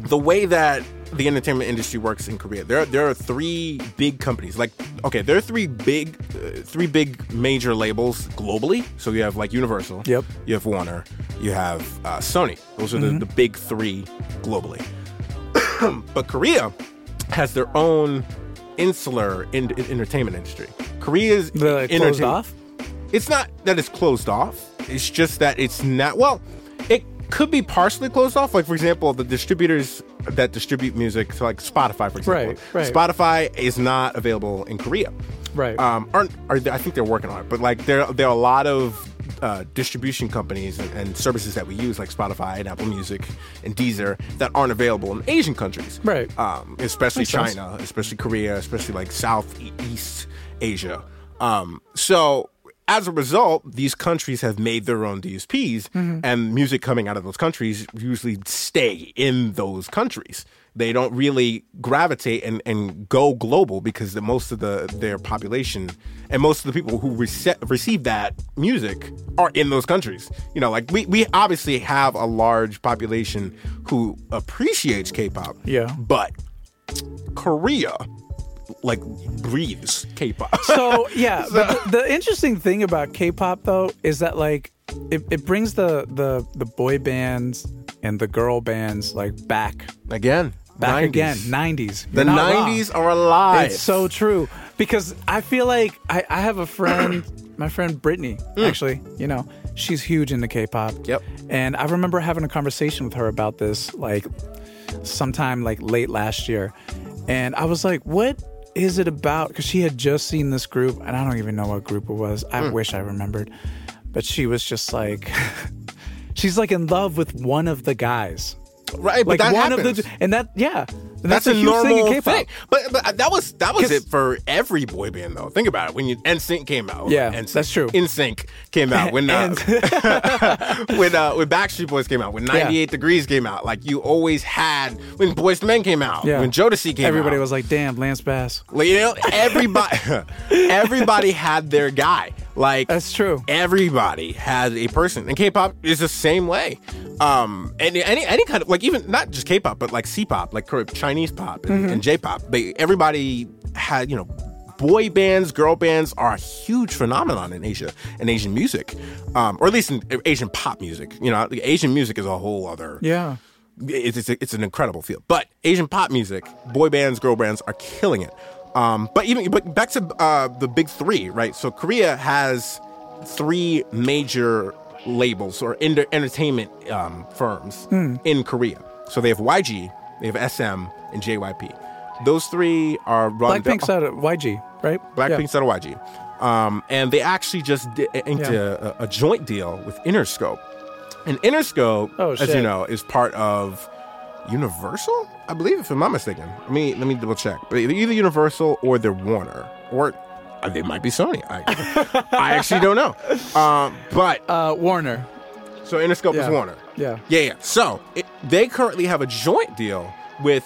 Speaker 1: the way that the entertainment industry works in Korea, there there are three big companies. Like, okay, there are three big, uh, three big major labels globally. So you have like Universal,
Speaker 2: Yep. Mm-hmm.
Speaker 1: You have Warner, you have uh, Sony. Those are the, the big three globally. but Korea has their own insular in- entertainment industry. Korea's
Speaker 2: They're like closed
Speaker 1: entertain-
Speaker 2: off.
Speaker 1: it's not that it's closed off. It's just that it's not. Well, it could be partially closed off. Like for example, the distributors that distribute music, so like Spotify, for example.
Speaker 2: Right, right.
Speaker 1: Spotify is not available in Korea.
Speaker 2: Right.
Speaker 1: Um, aren't are they, I think they're working on it, but like there there are a lot of uh, distribution companies and, and services that we use, like Spotify and Apple Music and Deezer, that aren't available in Asian countries.
Speaker 2: Right.
Speaker 1: Um, especially
Speaker 2: Makes sense.
Speaker 1: China. China, especially Korea, especially like Southeast Asia. Um, so as a result, these countries have made their own DSPs,
Speaker 2: Mm-hmm.
Speaker 1: and music coming out of those countries usually stay in those countries. They don't really gravitate and, and go global because the, most of the their population and most of the people who rece- receive that music are in those countries. You know, like we, we obviously have a large population who appreciates K-pop.
Speaker 2: Yeah.
Speaker 1: But Korea like breathes K-pop.
Speaker 2: so yeah but the, the interesting thing about k-pop though is that like it, it brings the the the boy bands and the girl bands like back
Speaker 1: again,
Speaker 2: back
Speaker 1: 90s.
Speaker 2: again 90s
Speaker 1: The
Speaker 2: You're not wrong.
Speaker 1: '90s are alive.
Speaker 2: it's so true because i feel like i, I have a friend my friend brittany actually you know she's huge into k-pop
Speaker 1: Mm. Yep.
Speaker 2: and i remember having a conversation with her about this like sometime like late last year and i was like what is it about because she had just seen this group and i don't even know what group it was i
Speaker 1: Mm.
Speaker 2: wish i remembered but she was just like she's like in love with one of the guys
Speaker 1: right, but
Speaker 2: like
Speaker 1: that
Speaker 2: one
Speaker 1: happens.
Speaker 2: of the and that yeah And
Speaker 1: that's, a,
Speaker 2: huge
Speaker 1: normal
Speaker 2: thing in
Speaker 1: thing,
Speaker 2: K-pop.
Speaker 1: But, but that was that was
Speaker 2: 'Cause-
Speaker 1: it for every boy band though. Think about it. When you NSYNC came out,
Speaker 2: Yeah,
Speaker 1: NSYNC,
Speaker 2: that's true.
Speaker 1: NSYNC came out when uh, when uh, when Backstreet Boys came out, when 98 Degrees came out. Like you always had when Boys to Men came out,
Speaker 2: Yeah.
Speaker 1: when Jodeci came out.
Speaker 2: Everybody was like, "Damn, Lance Bass."
Speaker 1: Like, you know, everybody, everybody had their guy. Like
Speaker 2: That's true.
Speaker 1: Everybody has a person, and K-pop is the same way. Um, and any any kind of like even not just K-pop, but like C-pop, like Kore- Chinese pop and, and J-pop. They everybody had you know. Boy bands, girl bands are a huge phenomenon in Asia and Asian music, um, or at least in Asian pop music. You know, like, Asian music is a whole other
Speaker 2: Yeah,
Speaker 1: it's, it's, it's an incredible field. But Asian pop music, boy bands, girl bands are killing it. Um, but even but back to uh, the big three, right? So Korea has three major labels or enter- entertainment um, firms in Korea. So they have YG, they have SM, and JYP. Those three are run. they're-
Speaker 2: Blackpink's out of YG, right?
Speaker 1: Blackpink's
Speaker 2: Yeah.
Speaker 1: out of YG. Um, and they actually just di- inked
Speaker 2: Yeah.
Speaker 1: a, a joint deal with Interscope. And Interscope,
Speaker 2: Oh,
Speaker 1: as you
Speaker 2: shit.
Speaker 1: know, is part of Universal, I believe, if I'm not mistaken. Let me let me double check. But either either Universal or they're Warner, or uh, they might be Sony. I, I actually don't know. Um, but
Speaker 2: Uh, Warner.
Speaker 1: so Interscope
Speaker 2: Yeah.
Speaker 1: is Warner.
Speaker 2: Yeah.
Speaker 1: Yeah, yeah. So it, they currently have a joint deal with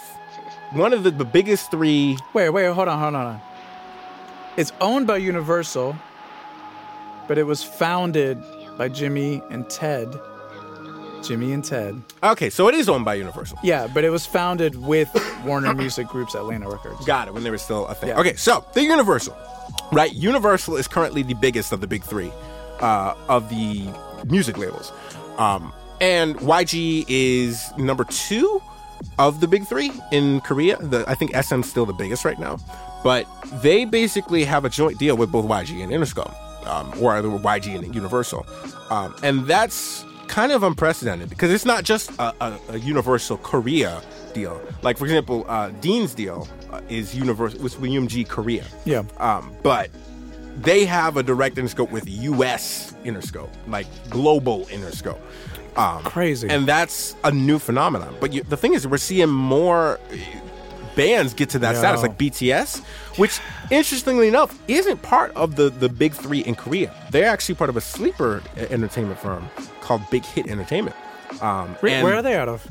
Speaker 1: one of the, the biggest three.
Speaker 2: Wait, wait, hold on, hold on, hold on. It's owned by Universal, but it was founded by Jimmy and Ted. Jimmy and Ted.
Speaker 1: Okay, so it is owned by Universal.
Speaker 2: Yeah, but it was founded with Warner Music Group's Atlanta Records.
Speaker 1: Got it. When they were still a thing.
Speaker 2: Yeah.
Speaker 1: Okay, so the Universal, right? Universal is currently the biggest of the big three uh, of the music labels, um, and YG is number two of the big three in Korea. The, I think SM's still the biggest right now, but they basically have a joint deal with both YG and Interscope, um, or either with YG and Universal, um, and that's kind of unprecedented because it's not just a, a, a Universal Korea deal. Like for example, uh, Dean's deal uh, is Universal with UMG Korea.
Speaker 2: Yeah.
Speaker 1: Um, but they have a direct Interscope with U.S. Interscope, like global Interscope. Um,
Speaker 2: Crazy.
Speaker 1: and that's a new phenomenon. But you, the thing is, we're seeing more eh, bands get to that status,
Speaker 2: Yeah.
Speaker 1: like BTS, which, interestingly enough, isn't part of the, the big three in Korea. They're actually part of a sleeper eh, entertainment firm called Big Hit Entertainment. Um,
Speaker 2: Wait,
Speaker 1: and-
Speaker 2: Where are they out of?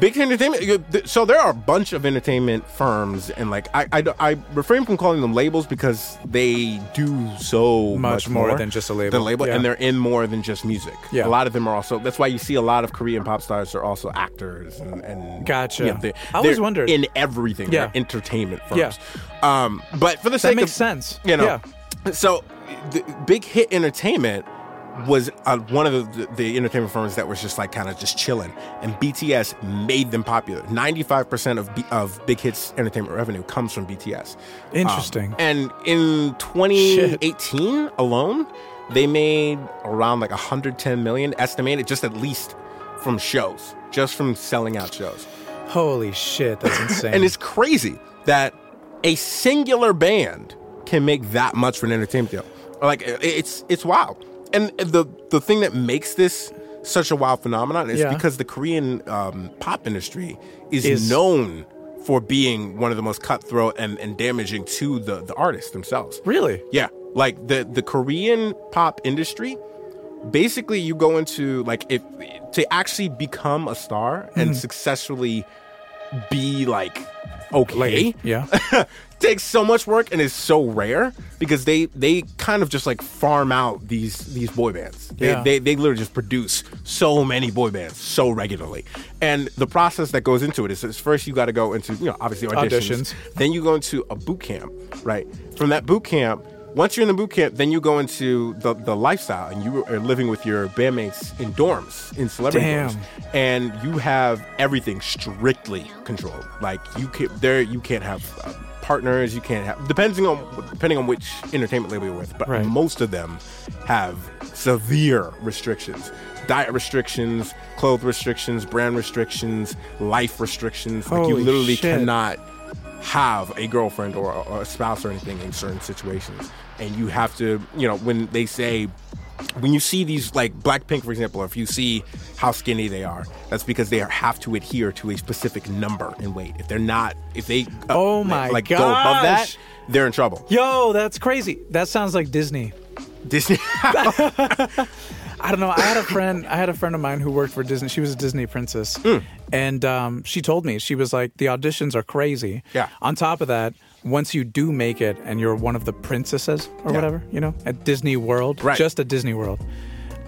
Speaker 1: Big Hit Entertainment. you- th- So there are a bunch of entertainment firms, and like I, I, I refrain from calling them labels because they do so much,
Speaker 2: Much more than just a label.
Speaker 1: than label,
Speaker 2: Yeah.
Speaker 1: and they're in more than just music.
Speaker 2: Yeah.
Speaker 1: a lot of them are also. That's why you see a lot of Korean pop stars are also actors and. and
Speaker 2: Gotcha.
Speaker 1: you know, they're,
Speaker 2: I always
Speaker 1: they're
Speaker 2: wondered.
Speaker 1: in everything.
Speaker 2: Yeah.
Speaker 1: Yeah, entertainment firms.
Speaker 2: Yeah.
Speaker 1: Um, but for the sake
Speaker 2: That makes
Speaker 1: of,
Speaker 2: sense.
Speaker 1: you know.
Speaker 2: Yeah.
Speaker 1: So, the Big Hit Entertainment was uh, one of the, the entertainment firms that was just like kind of just chilling, and BTS made them popular. Ninety five percent of B, of Big Hit's entertainment revenue comes from BTS. Um,
Speaker 2: Interesting.
Speaker 1: and in twenty eighteen alone, they made around like hundred ten million estimated, just at least from shows, just from selling out shows.
Speaker 2: Holy shit, that's insane.
Speaker 1: And it's crazy that a singular band can make that much for an entertainment deal. Like it- it's it's wild. And the the thing that makes this such a wild phenomenon is
Speaker 2: Yeah.
Speaker 1: because the Korean um, pop industry is,
Speaker 2: Is-
Speaker 1: known for being one of the most cutthroat and, and damaging to the, the artists themselves.
Speaker 2: really?
Speaker 1: Yeah, like the the Korean pop industry. Basically, you go into like if to actually become a star and successfully be like okay
Speaker 2: Yeah.
Speaker 1: takes so much work and is so rare because they they kind of just like farm out these these boy bands. They,
Speaker 2: Yeah.
Speaker 1: they they literally just produce so many boy bands so regularly, and the process that goes into it is, is first you got to go into you know obviously auditions,
Speaker 2: Auditions.
Speaker 1: then you go into a boot camp, right? From that boot camp. Once you're in the boot camp, then you go into the, the lifestyle and you are living with your bandmates in dorms, in celebrity
Speaker 2: Damn.
Speaker 1: dorms and you have everything strictly controlled. Like you can there, you can't have uh, partners. You can't have depending on depending on which entertainment label you're with, but
Speaker 2: Right.
Speaker 1: most of them have severe restrictions. Diet restrictions, clothes restrictions, brand restrictions, life restrictions. Like
Speaker 2: Holy
Speaker 1: you literally
Speaker 2: shit.
Speaker 1: cannot have a girlfriend or a- or a spouse or anything in certain situations. And you have to, you know, when they say when you see these like Blackpink, for example, if you see how skinny they are, that's because they are, have to adhere to a specific number in weight. If they're not, if they uh,
Speaker 2: Oh my
Speaker 1: like go above that,
Speaker 2: gosh.
Speaker 1: they're in trouble.
Speaker 2: Yo, that's crazy. That sounds like Disney.
Speaker 1: Disney.
Speaker 2: I don't know. I had a friend. I had a friend of mine who worked for Disney. She was a Disney princess,
Speaker 1: Hmm.
Speaker 2: and um, she told me she was like, "The auditions are crazy."
Speaker 1: Yeah.
Speaker 2: On top of that, once you do make it and you're one of the princesses or whatever, you know, at Disney World,
Speaker 1: Right.
Speaker 2: just at Disney World,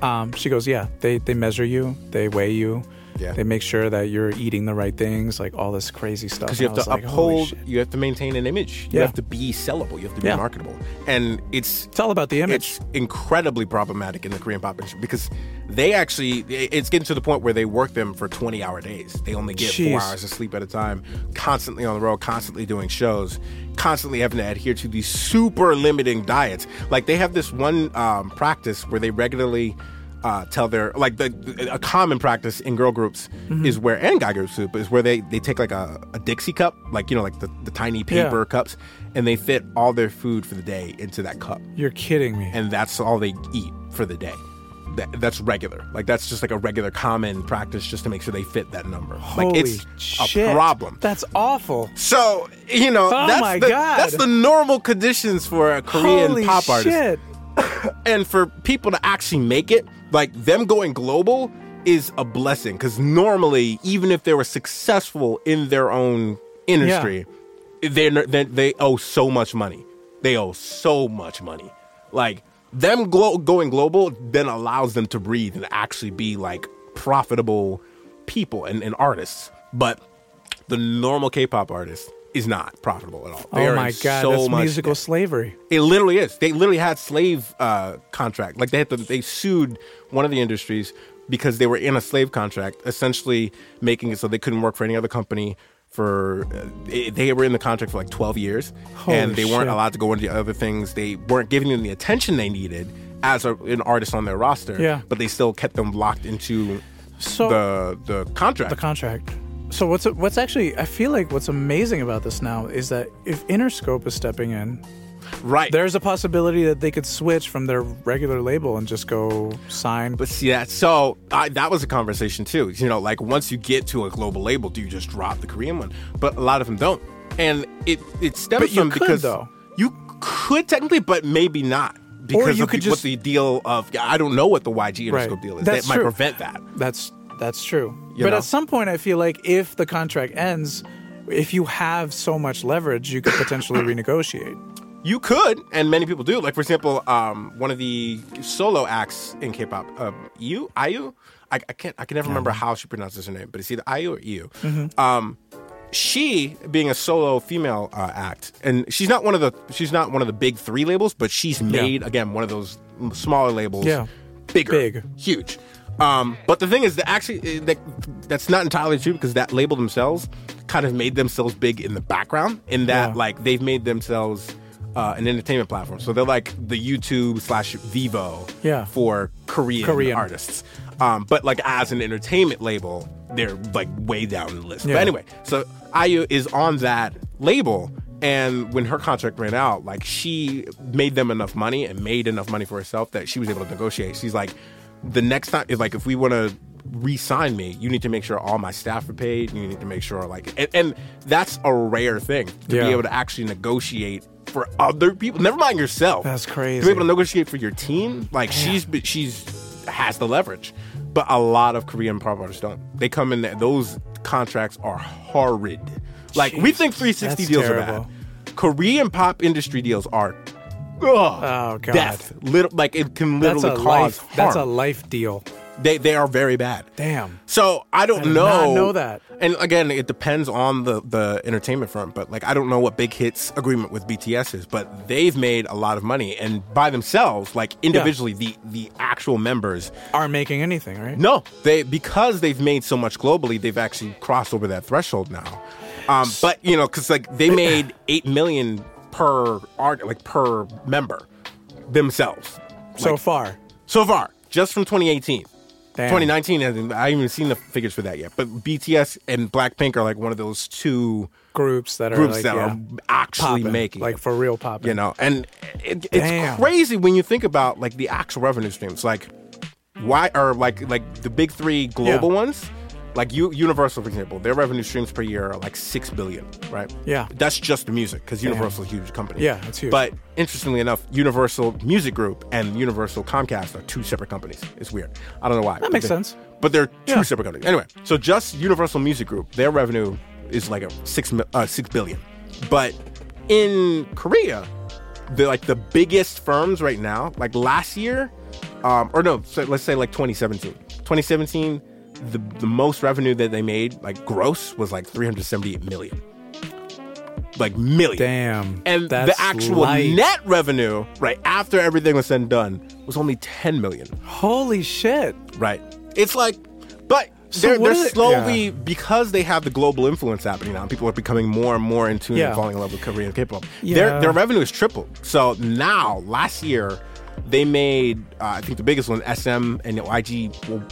Speaker 2: um, she goes, "Yeah, they they measure you, they weigh you."
Speaker 1: Yeah.
Speaker 2: They make sure that you're eating the right things, like all this crazy stuff.
Speaker 1: because you
Speaker 2: And
Speaker 1: have to
Speaker 2: I was like, holy
Speaker 1: uphold,
Speaker 2: shit.
Speaker 1: you have to maintain an image, you
Speaker 2: Yeah.
Speaker 1: have to be sellable, you have to be
Speaker 2: Yeah.
Speaker 1: marketable, and it's
Speaker 2: It's all about the image.
Speaker 1: it's incredibly problematic in the Korean pop industry because they actually it's getting to the point where they work them for 20 hour days. They only get
Speaker 2: Jeez.
Speaker 1: four hours of sleep at a time, constantly on the road, constantly doing shows, constantly having to adhere to these super limiting diets. Like they have this one um, practice where they regularly uh, tell their like the, the- a common practice in girl groups
Speaker 2: Mm-hmm.
Speaker 1: is where and guy groups too, but is where they they take like a, a Dixie cup, like you know, like the, the tiny
Speaker 2: Yeah.
Speaker 1: paper cups, and they fit all their food for the day into that cup,
Speaker 2: You're kidding me.
Speaker 1: and that's all they eat for the day. That, that's regular. Like that's just like a regular common practice, just to make sure they fit that number. like
Speaker 2: Holy
Speaker 1: it's
Speaker 2: shit.
Speaker 1: a problem.
Speaker 2: That's awful.
Speaker 1: So you know,
Speaker 2: Oh
Speaker 1: that's
Speaker 2: my
Speaker 1: the,
Speaker 2: God.
Speaker 1: that's the normal conditions for a Korean
Speaker 2: Holy
Speaker 1: pop
Speaker 2: shit.
Speaker 1: artist, and for people to actually make it, like them going global, is a blessing. Because normally, even if they were successful in their own industry, they're, they they owe so much money. They owe so much money. Like them glo- going global then allows them to breathe and actually be like profitable people and, and artists. But the normal K-pop artist is not profitable at all. They
Speaker 2: Oh
Speaker 1: are
Speaker 2: my
Speaker 1: in
Speaker 2: god,
Speaker 1: so
Speaker 2: that's
Speaker 1: much
Speaker 2: musical slavery.
Speaker 1: it literally is. They literally had slave uh, contract. Like they had to, they sued one of the industries because they were in a slave contract, essentially making it so they couldn't work for any other company. For uh, they- they were in the contract for like twelve years, and they weren't
Speaker 2: shit.
Speaker 1: allowed to go into other things. They weren't giving them the attention they needed as a, an artist on their roster.
Speaker 2: Yeah.
Speaker 1: but they still kept them locked into
Speaker 2: So
Speaker 1: the the contract.
Speaker 2: the contract. So what's what's actually I feel like what's amazing about this now is that if Interscope is stepping in,
Speaker 1: right.
Speaker 2: there's a possibility that they could switch from their regular label and just go sign.
Speaker 1: But see that so I, that was a conversation too. You know, like once you get to a global label, do you just drop the Korean one? But a lot of them don't, and it it stems
Speaker 2: But you
Speaker 1: from
Speaker 2: could,
Speaker 1: because
Speaker 2: though.
Speaker 1: you could technically, but maybe not because
Speaker 2: you
Speaker 1: of
Speaker 2: could
Speaker 1: the- what
Speaker 2: just-
Speaker 1: the deal of I don't know what the YG Interscope
Speaker 2: Right.
Speaker 1: deal is.
Speaker 2: That's
Speaker 1: that might
Speaker 2: true.
Speaker 1: prevent that.
Speaker 2: That's that's true.
Speaker 1: You
Speaker 2: but
Speaker 1: know?
Speaker 2: at some point, I feel like if the contract ends, if you have so much leverage, you could potentially renegotiate.
Speaker 1: You could, and many people do. Like for example, um, one of the solo acts in K-pop, uh, Iu, Iu. I, I can't, I can never remember how she pronounces her name, but it's either Iu or Iu.
Speaker 2: Mm-hmm.
Speaker 1: Um, she being a solo female uh, act, and she's not one of the, she's not one of the big three labels, but she's made again one of those smaller labels,
Speaker 2: Yeah.
Speaker 1: bigger,
Speaker 2: Big.
Speaker 1: huge. Um, but the thing is that actually uh, that, that's not entirely true because that label themselves kind of made themselves big in the background in that
Speaker 2: Yeah.
Speaker 1: like they've made themselves uh, an entertainment platform. So they're like the YouTube slash Vivo
Speaker 2: Yeah.
Speaker 1: for Korean,
Speaker 2: Korean.
Speaker 1: artists. Um, but like as an entertainment label, they're like way down the list.
Speaker 2: Yeah.
Speaker 1: But anyway, so Ayu is on that label. And when her contract ran out, like she made them enough money and made enough money for herself that she was able to negotiate. She's like, the next time, if like if we want to re-sign me, you need to make sure all my staff are paid. You need to make sure like, and, and that's a rare thing to
Speaker 2: Yeah.
Speaker 1: be able to actually negotiate for other people. Never mind yourself.
Speaker 2: That's
Speaker 1: To be able
Speaker 2: crazy.
Speaker 1: to negotiate for your team, like she's she's she's has the leverage, but a lot of Korean pop artists don't. They come in there; those contracts are horrid. Like we think
Speaker 2: Jesus,
Speaker 1: 360
Speaker 2: that's
Speaker 1: deals are
Speaker 2: terrible.
Speaker 1: bad. Korean pop industry deals are. Oh
Speaker 2: God.
Speaker 1: Death, Lit- like it can
Speaker 2: That's
Speaker 1: literally
Speaker 2: a
Speaker 1: cause
Speaker 2: life.
Speaker 1: harm.
Speaker 2: That's a life deal.
Speaker 1: they they are very bad.
Speaker 2: Damn.
Speaker 1: So I don't
Speaker 2: did
Speaker 1: know.
Speaker 2: not know that.
Speaker 1: And again, it depends on the the entertainment front, but like I don't know what Big Hit's agreement with BTS is, but they've made a lot of money and by themselves, like individually, the the actual members,
Speaker 2: Aren't making anything, right?
Speaker 1: no, they because they've made so much globally, they've actually crossed over that threshold now. Um, but you know, because like they made eight million per art, like per member themselves
Speaker 2: so far.
Speaker 1: so far, just from 2018.
Speaker 2: Damn.
Speaker 1: 2019, hasn't- I haven't even seen the figures for that yet. But BTS and Blackpink are like one of those two
Speaker 2: Groups that are
Speaker 1: groups
Speaker 2: like,
Speaker 1: that
Speaker 2: yeah,
Speaker 1: are actually
Speaker 2: popping,
Speaker 1: making
Speaker 2: like
Speaker 1: it,
Speaker 2: for real popping.
Speaker 1: you know. And it,
Speaker 2: Damn.
Speaker 1: it's crazy when you think about like the actual revenue streams, like why are like like the big three global
Speaker 2: Yeah.
Speaker 1: ones. Like U- Universal, for example, their revenue streams per year are like six billion, right?
Speaker 2: Yeah.
Speaker 1: that's just the music because Universal is a huge company.
Speaker 2: Yeah, it's huge.
Speaker 1: But interestingly enough, Universal Music Group and Universal Comcast are two separate companies. It's weird. I don't know why. That
Speaker 2: makes sense.
Speaker 1: But they're two
Speaker 2: Yeah.
Speaker 1: separate companies. Anyway, so just Universal Music Group, their revenue is like a six mi- uh, six billion. But in Korea, the like the biggest firms right now, like last year, um, or no, so let's say like 2017. 2017, the, the most revenue that they made, like gross, was like 378 million. Like million
Speaker 2: Damn.
Speaker 1: and
Speaker 2: that's
Speaker 1: the actual
Speaker 2: light.
Speaker 1: net revenue right after everything was said and done was only 10 million
Speaker 2: Holy shit.
Speaker 1: right it's like but they're,
Speaker 2: what
Speaker 1: they're
Speaker 2: is it-
Speaker 1: slowly
Speaker 2: yeah.
Speaker 1: because they have the global influence happening now people are becoming more and more in tune
Speaker 2: Yeah.
Speaker 1: and falling in love with korean k-pop
Speaker 2: Yeah.
Speaker 1: their, their revenue is tripled so now last year They made, uh, I think, the biggest one, SM and YG. Well,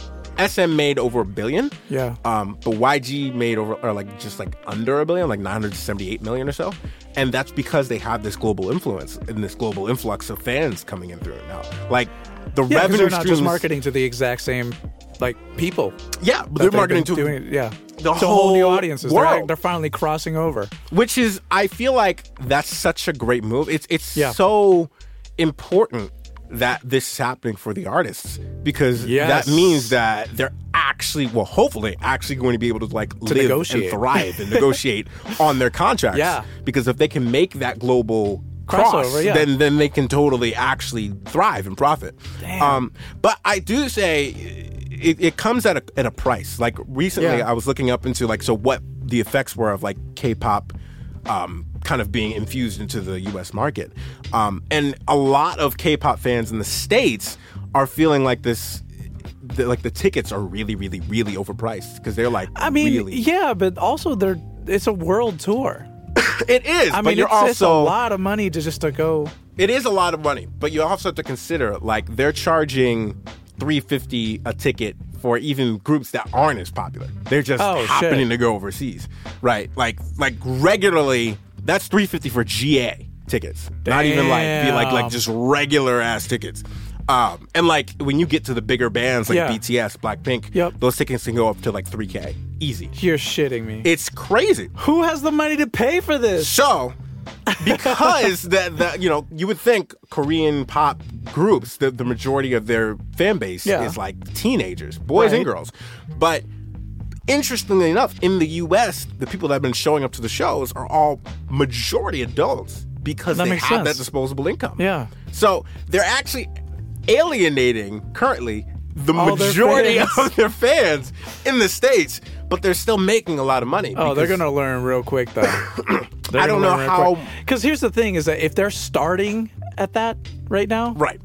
Speaker 1: SM made over a billion.
Speaker 2: Yeah.
Speaker 1: Um, but YG made over, or like just like under a billion, like 978 million or so. And that's because they have this global influence and this global influx of fans coming in through and out. Like the
Speaker 2: Yeah, 'cause
Speaker 1: revenue
Speaker 2: they're not
Speaker 1: streams,
Speaker 2: just marketing to the exact same like people.
Speaker 1: yeah, but
Speaker 2: that
Speaker 1: they're
Speaker 2: they've
Speaker 1: marketing
Speaker 2: been
Speaker 1: to
Speaker 2: doing, it- yeah
Speaker 1: the
Speaker 2: to whole new
Speaker 1: whole
Speaker 2: audiences. They're,
Speaker 1: world.
Speaker 2: they're finally crossing over.
Speaker 1: which is I feel like that's such a great move. It's it's
Speaker 2: Yeah.
Speaker 1: so important that this is happening for the artists because
Speaker 2: Yes.
Speaker 1: that means that they're actually well hopefully actually going to be able to like live
Speaker 2: negotiate.
Speaker 1: and thrive and negotiate on their contracts
Speaker 2: Yeah.
Speaker 1: because if they can make that global cross
Speaker 2: Crossover, yeah.
Speaker 1: then then they can totally actually thrive and profit
Speaker 2: Damn.
Speaker 1: um but I do say it, it comes at a at a price like recently
Speaker 2: Yeah.
Speaker 1: I was looking up into like so what the effects were of like K-pop um, kind of being infused into the U.S. market, um, and a lot of K-pop fans in the states are feeling like this. The, like the tickets are really, really, really overpriced because they're like,
Speaker 2: I mean,
Speaker 1: really,
Speaker 2: yeah, but also they're it's a world tour.
Speaker 1: it is.
Speaker 2: I
Speaker 1: but
Speaker 2: mean,
Speaker 1: you're
Speaker 2: it's,
Speaker 1: also
Speaker 2: it's a lot of money to just to go.
Speaker 1: it is a lot of money, but you also have to consider like they're charging three fifty a ticket for even groups that aren't as popular. They're just
Speaker 2: Oh, shit.
Speaker 1: happening to go overseas, right? Like like regularly, that's three fifty for GA tickets, not even like be like
Speaker 2: Damn.
Speaker 1: like just regular ass tickets. Um, and like when you get to the bigger bands like
Speaker 2: Yeah.
Speaker 1: BTS, Blackpink,
Speaker 2: Yep.
Speaker 1: those tickets can go up to like three k easy.
Speaker 2: You're shitting me.
Speaker 1: It's crazy.
Speaker 2: Who has the money to pay for this?
Speaker 1: So, because that that you know, you would think Korean pop groups, the, the majority of their fan base
Speaker 2: Yeah.
Speaker 1: is like teenagers, boys
Speaker 2: Right.
Speaker 1: and girls. But interestingly enough, in the U.S., the people that have been showing up to the shows are all majority adults because
Speaker 2: That
Speaker 1: they
Speaker 2: makes
Speaker 1: have that
Speaker 2: sense.
Speaker 1: disposable income.
Speaker 2: Yeah.
Speaker 1: So they're actually alienating currently the
Speaker 2: All their
Speaker 1: majority
Speaker 2: fans.
Speaker 1: of their fans in the states, but they're still making a lot of money.
Speaker 2: Oh, they're
Speaker 1: because-
Speaker 2: gonna learn real quick though.
Speaker 1: I don't know how-
Speaker 2: Because here's the thing: is that if they're starting at that right now,
Speaker 1: right.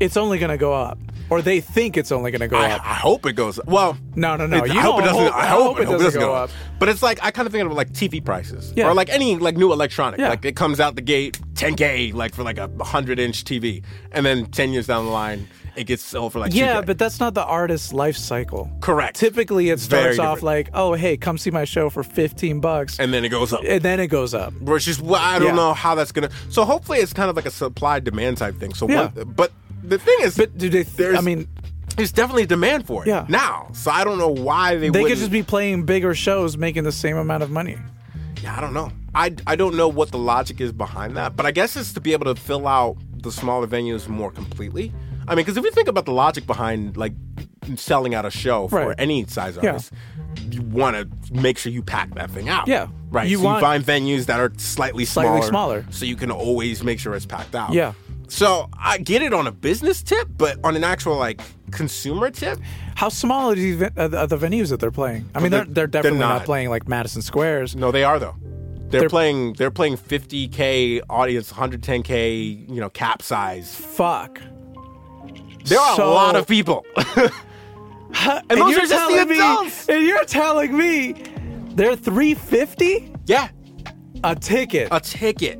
Speaker 2: it's only gonna go up, or they think it's only gonna go
Speaker 1: I, I
Speaker 2: up.
Speaker 1: hope it goes. Well,
Speaker 2: No, no, no,
Speaker 1: it-
Speaker 2: you
Speaker 1: I hope it
Speaker 2: don't
Speaker 1: doesn't.
Speaker 2: hope-
Speaker 1: I hope, it, doesn't,
Speaker 2: go
Speaker 1: go
Speaker 2: up.
Speaker 1: up. But it's like I kind of think of it like TV prices
Speaker 2: Yeah.
Speaker 1: or like any like new electronic.
Speaker 2: Yeah.
Speaker 1: Like it comes out the gate 10k like for like a 100 inch TV, and then 10 years down the line it gets sold for like
Speaker 2: Yeah,
Speaker 1: 2K.
Speaker 2: but that's not the artist's life cycle.
Speaker 1: correct.
Speaker 2: Typically, it
Speaker 1: Very
Speaker 2: starts off
Speaker 1: different.
Speaker 2: like, "Oh, hey, come see my show for fifteen bucks," and,
Speaker 1: and then it goes up.
Speaker 2: then it goes up.
Speaker 1: which is well, I don't
Speaker 2: Yeah.
Speaker 1: know how that's gonna. So hopefully it's kind of like a supply demand type thing. So
Speaker 2: Yeah.
Speaker 1: one, but the thing is,
Speaker 2: But do they? Th-
Speaker 1: There's-
Speaker 2: I mean,
Speaker 1: there's definitely demand for it
Speaker 2: Yeah.
Speaker 1: now. So I don't know why they
Speaker 2: they
Speaker 1: wouldn't.
Speaker 2: could just be playing bigger shows, making the same amount of money.
Speaker 1: Yeah, I don't know. I, I don't know what the logic is behind that, but I guess it's to be able to fill out the smaller venues more completely. I mean, because if you think about the logic behind like selling out a show for
Speaker 2: Right.
Speaker 1: any size
Speaker 2: Yeah.
Speaker 1: artist, you want to make sure you pack that thing out.
Speaker 2: Yeah.
Speaker 1: right.
Speaker 2: You
Speaker 1: You, so
Speaker 2: want-
Speaker 1: you find venues that are slightly
Speaker 2: Slightly
Speaker 1: smaller,
Speaker 2: smaller.
Speaker 1: so you can always make sure it's packed out.
Speaker 2: Yeah.
Speaker 1: So I get it on a business tip, but on an actual like consumer tip,
Speaker 2: How small are the, ven- are the, are the venues that they're playing? I mean,
Speaker 1: They're-
Speaker 2: they're, they're
Speaker 1: they're
Speaker 2: definitely not.
Speaker 1: not.
Speaker 2: playing like Madison Squares.
Speaker 1: No, they are though. They're,
Speaker 2: They're-
Speaker 1: playing. They're playing 50k audience, 110k, you know, cap size.
Speaker 2: Fuck.
Speaker 1: There are
Speaker 2: So-
Speaker 1: a lot of people. and those are just the
Speaker 2: telling
Speaker 1: adults.
Speaker 2: me, and you're telling me they're 350
Speaker 1: Yeah,
Speaker 2: a ticket.
Speaker 1: a ticket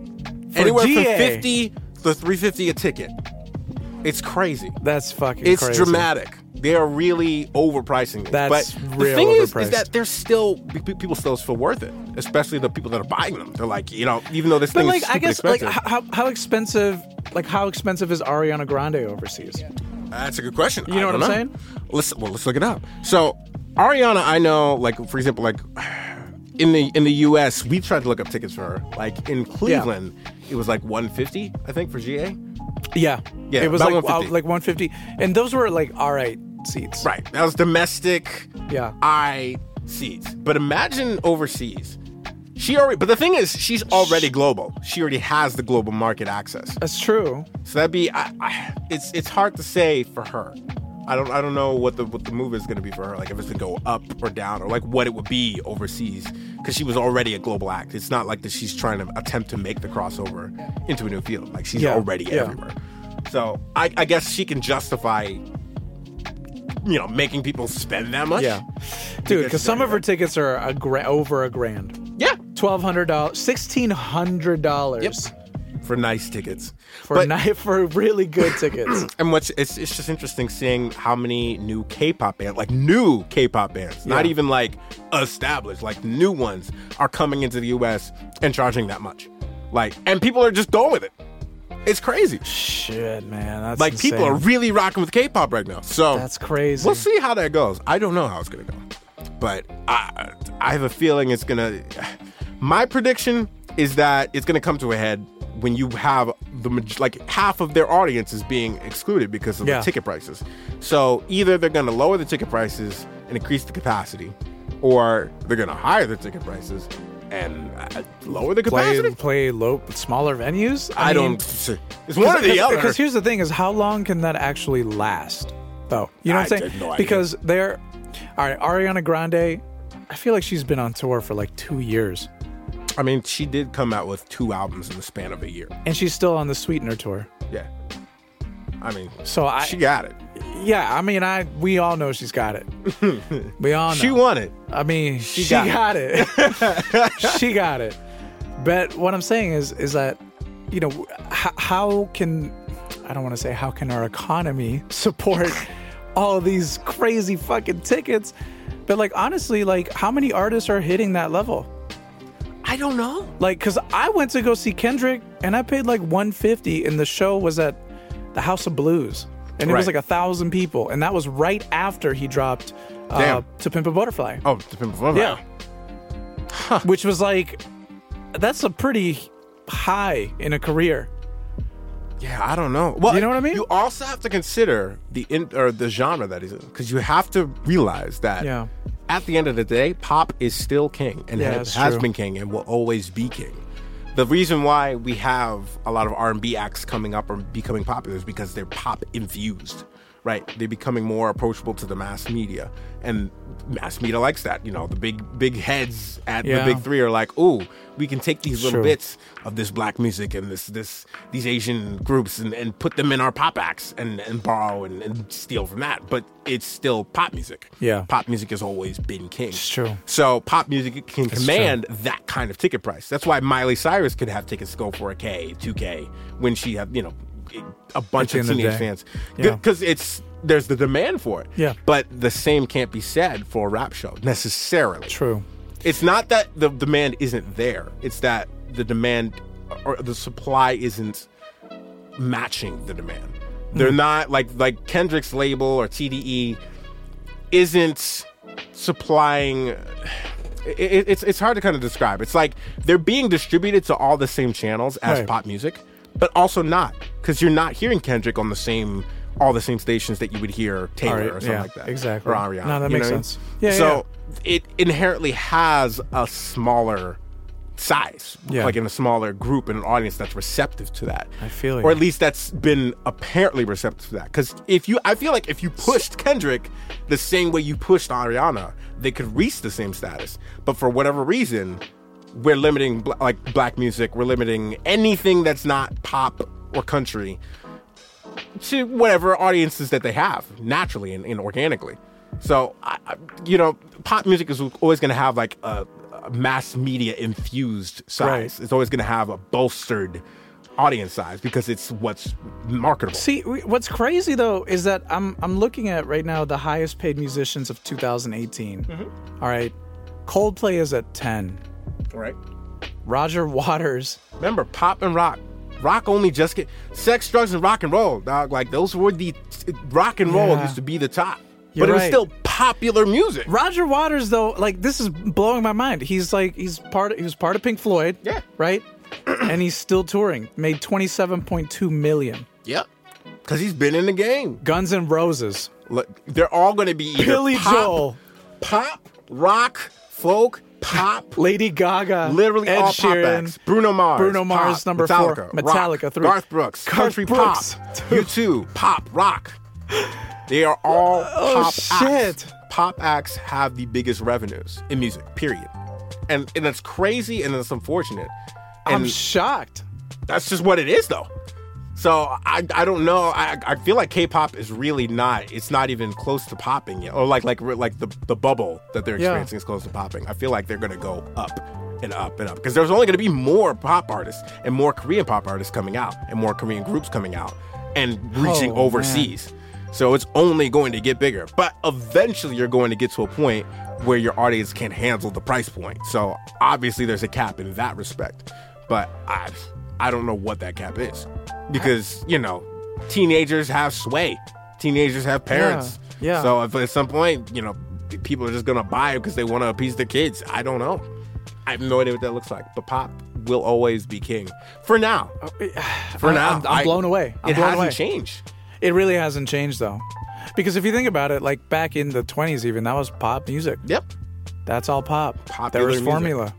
Speaker 1: anywhere
Speaker 2: GA.
Speaker 1: from 50 to 350 a ticket. It's crazy.
Speaker 2: That's fucking
Speaker 1: It's
Speaker 2: crazy.
Speaker 1: dramatic. They are really overpricing it.
Speaker 2: That's
Speaker 1: but
Speaker 2: real
Speaker 1: the thing is,
Speaker 2: overpriced.
Speaker 1: is that they're still pe- pe- people still feel worth it, especially the people that are buying them. They're like, you know, even though this
Speaker 2: But
Speaker 1: thing
Speaker 2: like,
Speaker 1: is
Speaker 2: I
Speaker 1: stupid
Speaker 2: guess
Speaker 1: expensive,
Speaker 2: like how how expensive like how expensive is Ariana Grande overseas?
Speaker 1: That's a good question.
Speaker 2: You know
Speaker 1: I
Speaker 2: what
Speaker 1: don't
Speaker 2: I'm
Speaker 1: know. Let's well, let's look it up. So, Ariana, I know, like for example, like in the in the U.S., we tried to look up tickets for her. Like in Cleveland, it was like 150, I think, for GA.
Speaker 2: Yeah,
Speaker 1: Yeah,
Speaker 2: It was
Speaker 1: about
Speaker 2: like
Speaker 1: 150.
Speaker 2: uh, like 150, and those were like all right seats.
Speaker 1: Right. That was domestic.
Speaker 2: Yeah.
Speaker 1: I seats. But imagine overseas. She already. But the thing is, she's already global. She already has the global market access.
Speaker 2: That's true.
Speaker 1: So that'd be. I, I, it's it's hard to say for her. I don't I don't know what the what the move is going to be for her. Like if it's to go up or down or like what it would be overseas because she was already a global act. It's not like that she's trying to attempt to make the crossover into a new field. Like she's
Speaker 2: Yeah,
Speaker 1: already
Speaker 2: yeah.
Speaker 1: everywhere. So I, I guess she can justify, you know, making people spend that much.
Speaker 2: Yeah, dude,
Speaker 1: Tickets
Speaker 2: because some
Speaker 1: are-
Speaker 2: of her tickets are a gra- over a grand.
Speaker 1: Yeah.
Speaker 2: Twelve hundred dollars, sixteen hundred dollars.
Speaker 1: Yep. for nice tickets.
Speaker 2: for
Speaker 1: But-
Speaker 2: night for really good tickets.
Speaker 1: And what's it's, it's just interesting seeing how many new K-pop bands, like new K-pop bands, not
Speaker 2: Yeah.
Speaker 1: even like established, like new ones, are coming into the U.S. and charging that much. Like, and people are just going with it. It's crazy.
Speaker 2: Shit, man, that's
Speaker 1: Like, people are
Speaker 2: insane.
Speaker 1: really rocking with K-pop right now. So
Speaker 2: that's crazy.
Speaker 1: we'll see how that goes. I don't know how it's gonna go, but I I have a feeling it's gonna. My prediction is that it's gonna come to a head when you have the maj- like half of their audience is being excluded because of
Speaker 2: Yeah.
Speaker 1: the ticket prices. So either they're gonna lower the ticket prices and increase the capacity, or they're gonna higher the ticket prices and uh, lower the capacity.
Speaker 2: play play low smaller venues.
Speaker 1: I,
Speaker 2: mean,
Speaker 1: don't. It's one or the other.
Speaker 2: Because here's the thing: is how long can that actually last? Though you know what I'm
Speaker 1: I
Speaker 2: saying?
Speaker 1: have no idea.
Speaker 2: because they're all right. Ariana Grande, I feel like she's been on tour for like two years,
Speaker 1: I mean, she did come out with two albums in the span of a year.
Speaker 2: and she's still on the Sweetener tour.
Speaker 1: Yeah. I mean,
Speaker 2: So I,
Speaker 1: she got it.
Speaker 2: yeah, I mean, I we all know she's got it. we all know.
Speaker 1: She won it.
Speaker 2: I mean, she,
Speaker 1: got
Speaker 2: got, it. she got it. But what I'm saying is, is that you know, h- how can I don't want to say how can our economy support all these crazy fucking tickets? But like honestly, like how many artists are hitting that level?
Speaker 1: I don't know.
Speaker 2: Like, cause I went to go see Kendrick and I paid like 150, and the show was at the House of Blues, and it was
Speaker 1: Right.
Speaker 2: like a thousand people, and that was right after he dropped uh,
Speaker 1: Damn.
Speaker 2: to Pimp a Butterfly.
Speaker 1: Oh, the Pimp a Butterfly.
Speaker 2: Yeah. Which was like, that's a pretty high in a career.
Speaker 1: Yeah, I don't know. Well,
Speaker 2: You know what I mean?
Speaker 1: You also have to consider the in, or the genre that he's in because you have to realize that
Speaker 2: Yeah.
Speaker 1: at the end of the day, pop is still king and
Speaker 2: Yeah,
Speaker 1: ha-
Speaker 2: that's
Speaker 1: has,
Speaker 2: true.
Speaker 1: been king and will always be king. The reason why we have a lot of R and B acts coming up or becoming popular is because they're pop infused, right? They're becoming more approachable to the mass media, and mass media likes that. You know, the big big heads at
Speaker 2: Yeah.
Speaker 1: the big three are like, "Ooh, we can take these little
Speaker 2: Sure.
Speaker 1: bits." bits of this black music and this this these Asian groups and, and put them in our pop acts and, and borrow and, and steal from that. But it's still pop music.
Speaker 2: Yeah.
Speaker 1: Pop music has always been king. It's
Speaker 2: true.
Speaker 1: So pop music can
Speaker 2: It's
Speaker 1: command that kind of ticket price. That's why Miley Cyrus could have tickets go for a K, two K when she had, you know, a bunch
Speaker 2: At
Speaker 1: of
Speaker 2: the end
Speaker 1: teenage
Speaker 2: of the day.
Speaker 1: fans.
Speaker 2: Yeah.
Speaker 1: Because it's there's the demand for it.
Speaker 2: Yeah.
Speaker 1: But the same can't be said for a rap show necessarily
Speaker 2: True.
Speaker 1: it's not that the demand isn't there it's that the demand or the supply isn't matching the demand
Speaker 2: Hmm.
Speaker 1: they're not like like kendrick's label or tde isn't supplying it, it- it's it's hard to kind of describe it's like they're being distributed to all the same channels as
Speaker 2: Right.
Speaker 1: pop music but also not because you're not hearing kendrick on the same all the same stations that you would hear Taylor
Speaker 2: All right,
Speaker 1: or something
Speaker 2: yeah,
Speaker 1: like that,
Speaker 2: exactly.
Speaker 1: Or Ariana.
Speaker 2: No, that
Speaker 1: you
Speaker 2: makes
Speaker 1: know what I mean?
Speaker 2: sense. Yeah,
Speaker 1: So
Speaker 2: yeah, yeah.
Speaker 1: it inherently has a smaller size,
Speaker 2: Yeah.
Speaker 1: like in a smaller group and an audience that's receptive to that.
Speaker 2: I feel you.
Speaker 1: Or at least that's been apparently receptive to that. Because if you, I feel like if you pushed Kendrick the same way you pushed Ariana, they could reach the same status. But for whatever reason, we're limiting bla- like black music, we're limiting anything that's not pop or country to whatever audiences that they have naturally and, and organically. So, I, I- you know, pop music is always going to have like a, a mass media infused size.
Speaker 2: Right.
Speaker 1: It's always going to have a bolstered audience size because it's what's marketable.
Speaker 2: See, we- what's crazy though is that I'm I'm looking at right now the highest paid musicians of 2018.
Speaker 1: Mm-hmm.
Speaker 2: All right, Coldplay is at 10.
Speaker 1: Right.
Speaker 2: Roger Waters.
Speaker 1: Remember, pop and rock. Rock only just get sex, drugs, and rock and roll, dog. Like those were the rock and roll
Speaker 2: Yeah.
Speaker 1: used to be the top,
Speaker 2: You're
Speaker 1: but it was
Speaker 2: right.
Speaker 1: still popular music.
Speaker 2: Roger Waters though, like this is blowing my mind. He's like he's part he was part of Pink Floyd.
Speaker 1: Yeah.
Speaker 2: Right? and he's still touring. Made 27.2 million.
Speaker 1: Yep, because he's been in the game.
Speaker 2: Guns N' Roses.
Speaker 1: Look, they're all going to be either
Speaker 2: Billy
Speaker 1: pop,
Speaker 2: Joel.
Speaker 1: pop, rock, folk, pop.
Speaker 2: Lady Gaga,
Speaker 1: Literally
Speaker 2: Ed
Speaker 1: all
Speaker 2: Sheeran,
Speaker 1: pop acts. Bruno Mars.
Speaker 2: Bruno Mars
Speaker 1: pop,
Speaker 2: number
Speaker 1: Metallica,
Speaker 2: four,
Speaker 1: rock,
Speaker 2: Metallica three,
Speaker 1: Garth Brooks,
Speaker 2: Garth
Speaker 1: country
Speaker 2: Brooks,
Speaker 1: pop,
Speaker 2: two.
Speaker 1: U2, pop, rock. They are all pop
Speaker 2: Oh, shit.
Speaker 1: acts. Pop acts have the biggest revenues in music, period. And and it's crazy and it's unfortunate. And
Speaker 2: I'm shocked.
Speaker 1: that's just what it is though. So I, I don't know. I, I feel like K-pop is really not. It's not even close to popping yet. Or like like like the the bubble that they're
Speaker 2: Yeah.
Speaker 1: experiencing is close to popping. I feel like they're gonna go up and up and up because there's only gonna be more pop artists and more Korean pop artists coming out and more Korean groups coming out and reaching
Speaker 2: Oh, man.
Speaker 1: overseas. So it's only going to get bigger. But eventually you're going to get to a point where your audience can't handle the price point. So obviously there's a cap in that respect. But I I don't know what that cap is. Because, you know, teenagers have sway. Teenagers have parents.
Speaker 2: yeah.
Speaker 1: So if at some point, you know, p- people are just gonna buy because they want to appease their kids. I don't know. I have no idea what that looks like. But pop will always be king. For now. For
Speaker 2: I-
Speaker 1: now.
Speaker 2: Uh, I'm, I'm
Speaker 1: I-
Speaker 2: blown away. I'm
Speaker 1: it
Speaker 2: blown
Speaker 1: hasn't
Speaker 2: away.
Speaker 1: changed.
Speaker 2: It really hasn't changed though, because if you think about it, like back in the twenties, even that was pop music.
Speaker 1: Yep.
Speaker 2: That's all pop.
Speaker 1: Popular
Speaker 2: there was
Speaker 1: music.
Speaker 2: formula.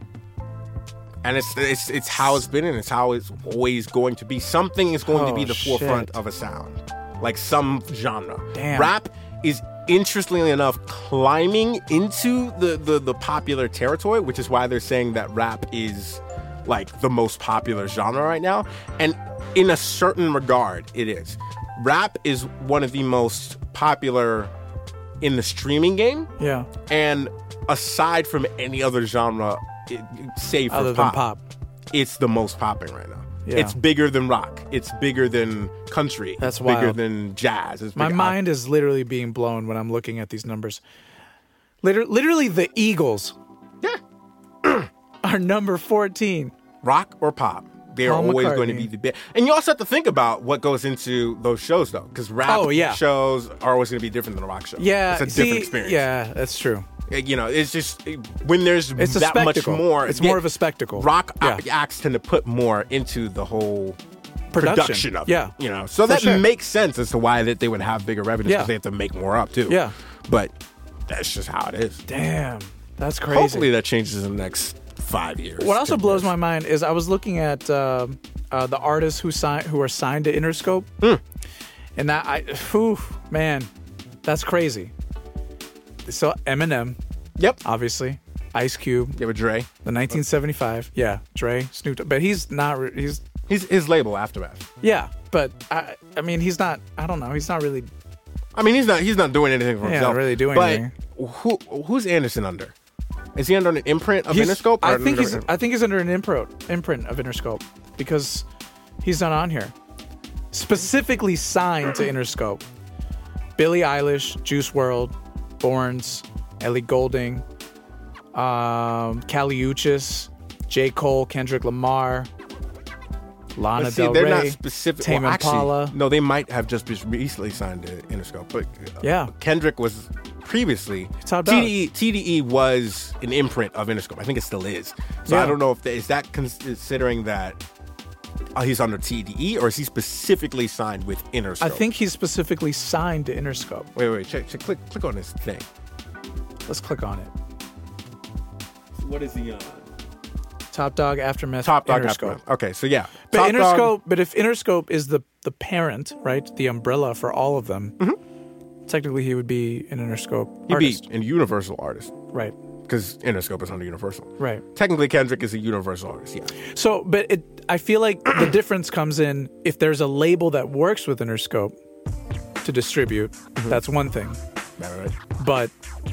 Speaker 1: and it's it's it's how it's been and it's how it's always going to be. Something is going to
Speaker 2: Oh,
Speaker 1: be the forefront
Speaker 2: shit.
Speaker 1: of a sound, like some genre.
Speaker 2: Damn.
Speaker 1: Rap is interestingly enough climbing into the, the the popular territory, which is why they're saying that rap is like the most popular genre right now. And in a certain regard, it is. Rap is one of the most popular in the streaming game
Speaker 2: Yeah.
Speaker 1: and aside from any other genre, it, save for
Speaker 2: Other
Speaker 1: pop,
Speaker 2: than pop.
Speaker 1: it's the most popping right now.
Speaker 2: Yeah.
Speaker 1: It's bigger than rock. It's bigger than country.
Speaker 2: That's
Speaker 1: it's bigger
Speaker 2: wild.
Speaker 1: than jazz. It's
Speaker 2: My
Speaker 1: bigger-
Speaker 2: mind is literally being blown when I'm looking at these numbers. Liter- literally, the Eagles
Speaker 1: yeah,
Speaker 2: are number 14.
Speaker 1: rock or pop. They are
Speaker 2: Paul
Speaker 1: always going to
Speaker 2: McCartney.
Speaker 1: be the best. And you also have to think about what goes into those shows, though, because rap
Speaker 2: Oh, yeah.
Speaker 1: shows are always going to be different than a rock show. it's
Speaker 2: Yeah.
Speaker 1: a
Speaker 2: see,
Speaker 1: different experience. Uh,
Speaker 2: Yeah, that's true.
Speaker 1: you know, it's just when there's
Speaker 2: It's a
Speaker 1: that much
Speaker 2: spectacle.
Speaker 1: more.
Speaker 2: It's more of a spectacle.
Speaker 1: Rock
Speaker 2: Yeah.
Speaker 1: acts tend to put more into the whole
Speaker 2: Production.
Speaker 1: production of
Speaker 2: Yeah.
Speaker 1: it. You know, so
Speaker 2: For
Speaker 1: that
Speaker 2: sure.
Speaker 1: makes sense as to why that they would have bigger revenues because
Speaker 2: Yeah.
Speaker 1: they have to make more up too.
Speaker 2: Yeah.
Speaker 1: but that's just how it is.
Speaker 2: Damn. That's crazy.
Speaker 1: Hopefully that changes in the next five years.
Speaker 2: What also
Speaker 1: 10
Speaker 2: blows
Speaker 1: years.
Speaker 2: my mind is I was looking at um uh, the artists who sign who are signed to Interscope,
Speaker 1: Hmm.
Speaker 2: and that I, whew, man, that's crazy. So Eminem,
Speaker 1: Yep.
Speaker 2: obviously, Ice Cube,
Speaker 1: Yeah, but Dre,
Speaker 2: the 1975, yeah, Dre, Snoop, Dogg, but he's not, re- he's
Speaker 1: his his label Aftermath.
Speaker 2: yeah, but I, I mean, he's not, I don't know, he's not really
Speaker 1: I mean, he's not he's not doing anything for
Speaker 2: Yeah,
Speaker 1: himself.
Speaker 2: not really doing
Speaker 1: but
Speaker 2: anything.
Speaker 1: Who who's Anderson under? Is he under an imprint of
Speaker 2: He's-
Speaker 1: Interscope? or
Speaker 2: I
Speaker 1: under-
Speaker 2: think he's, I think he's under an imprint imprint of Interscope because he's not on here. Specifically signed to Interscope. Billie Eilish, Juice World, Borns, Ellie Golding, um, Kali Uchis, J. Cole, Kendrick Lamar, Lana
Speaker 1: But see,
Speaker 2: Del
Speaker 1: they're
Speaker 2: Rey,
Speaker 1: not specific.
Speaker 2: Tame
Speaker 1: well, actually,
Speaker 2: Impala.
Speaker 1: No, they might have just been recently signed to Interscope, but uh,
Speaker 2: Yeah.
Speaker 1: Kendrick was previously E,
Speaker 2: Top dog.
Speaker 1: TDE. TDE was an imprint of Interscope. I think it still is. So I
Speaker 2: Yeah.
Speaker 1: don't know if that, is that cons- considering that uh, he's under TDE or is he specifically signed with Interscope?
Speaker 2: I think he's specifically signed to Interscope.
Speaker 1: Wait, wait, check, check, click, click on his thing.
Speaker 2: Let's click on it.
Speaker 1: What is he uh, on?
Speaker 2: Top Dog Aftermath.
Speaker 1: Top Dog
Speaker 2: Interscope.
Speaker 1: Aftermath. Okay, so yeah,
Speaker 2: But
Speaker 1: Top Dog-
Speaker 2: Interscope, but if Interscope is the the parent, right, the umbrella for all of them, technically he would be an Interscope
Speaker 1: Mm-hmm. he'd
Speaker 2: artist,
Speaker 1: be a Universal artist
Speaker 2: right?
Speaker 1: because Interscope is under Universal.
Speaker 2: Right.
Speaker 1: Technically, Kendrick is a Universal artist. Yeah.
Speaker 2: So, but it, I feel like the difference comes in if there's a label that works with Interscope to distribute.
Speaker 1: Mm-hmm.
Speaker 2: That's one thing,
Speaker 1: Right, right, right.
Speaker 2: but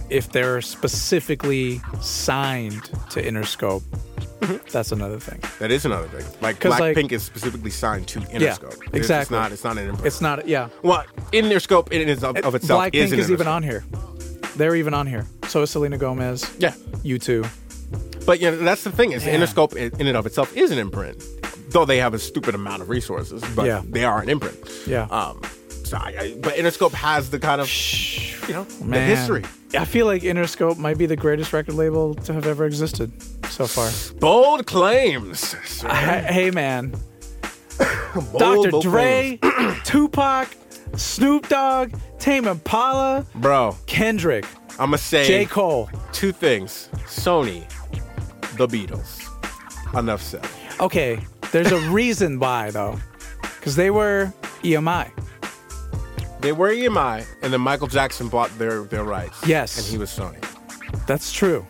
Speaker 2: if they're specifically signed to Interscope,
Speaker 1: Mm-hmm.
Speaker 2: that's another thing.
Speaker 1: That is another thing. Like
Speaker 2: 'Cause,
Speaker 1: Blackpink
Speaker 2: like-
Speaker 1: is specifically signed to Interscope. It's- It's
Speaker 2: exactly.
Speaker 1: not. It's not an imprint.
Speaker 2: It's not, yeah.
Speaker 1: well, Interscope in is of, of itself
Speaker 2: Blackpink
Speaker 1: is
Speaker 2: is,
Speaker 1: an
Speaker 2: even
Speaker 1: Interscope.
Speaker 2: on here. They're even on here. So is Selena Gomez.
Speaker 1: Yeah,
Speaker 2: You too.
Speaker 1: but you know, that's the thing is
Speaker 2: Man.
Speaker 1: Interscope in in and of itself is an imprint, though they have a stupid amount of resources, but
Speaker 2: Yeah.
Speaker 1: they are an imprint.
Speaker 2: Yeah.
Speaker 1: Um. So I, I, but Interscope has the kind of you know the
Speaker 2: Man.
Speaker 1: history.
Speaker 2: I feel like Interscope might be the greatest record label to have ever existed so far.
Speaker 1: Bold claims.
Speaker 2: hey, hey, man.
Speaker 1: Bold,
Speaker 2: Dr.
Speaker 1: bold
Speaker 2: Dre, Tupac, Snoop Dogg, Tame Impala,
Speaker 1: claims. Bro,
Speaker 2: Kendrick,
Speaker 1: I'm gonna say
Speaker 2: J. Cole.
Speaker 1: two things: Sony, the Beatles. Enough said.
Speaker 2: Okay, there's a reason why, though. Because they were E EMI.
Speaker 1: They were EMI, and then Michael Jackson bought their, their rights.
Speaker 2: Yes.
Speaker 1: And he was Sony.
Speaker 2: That's true.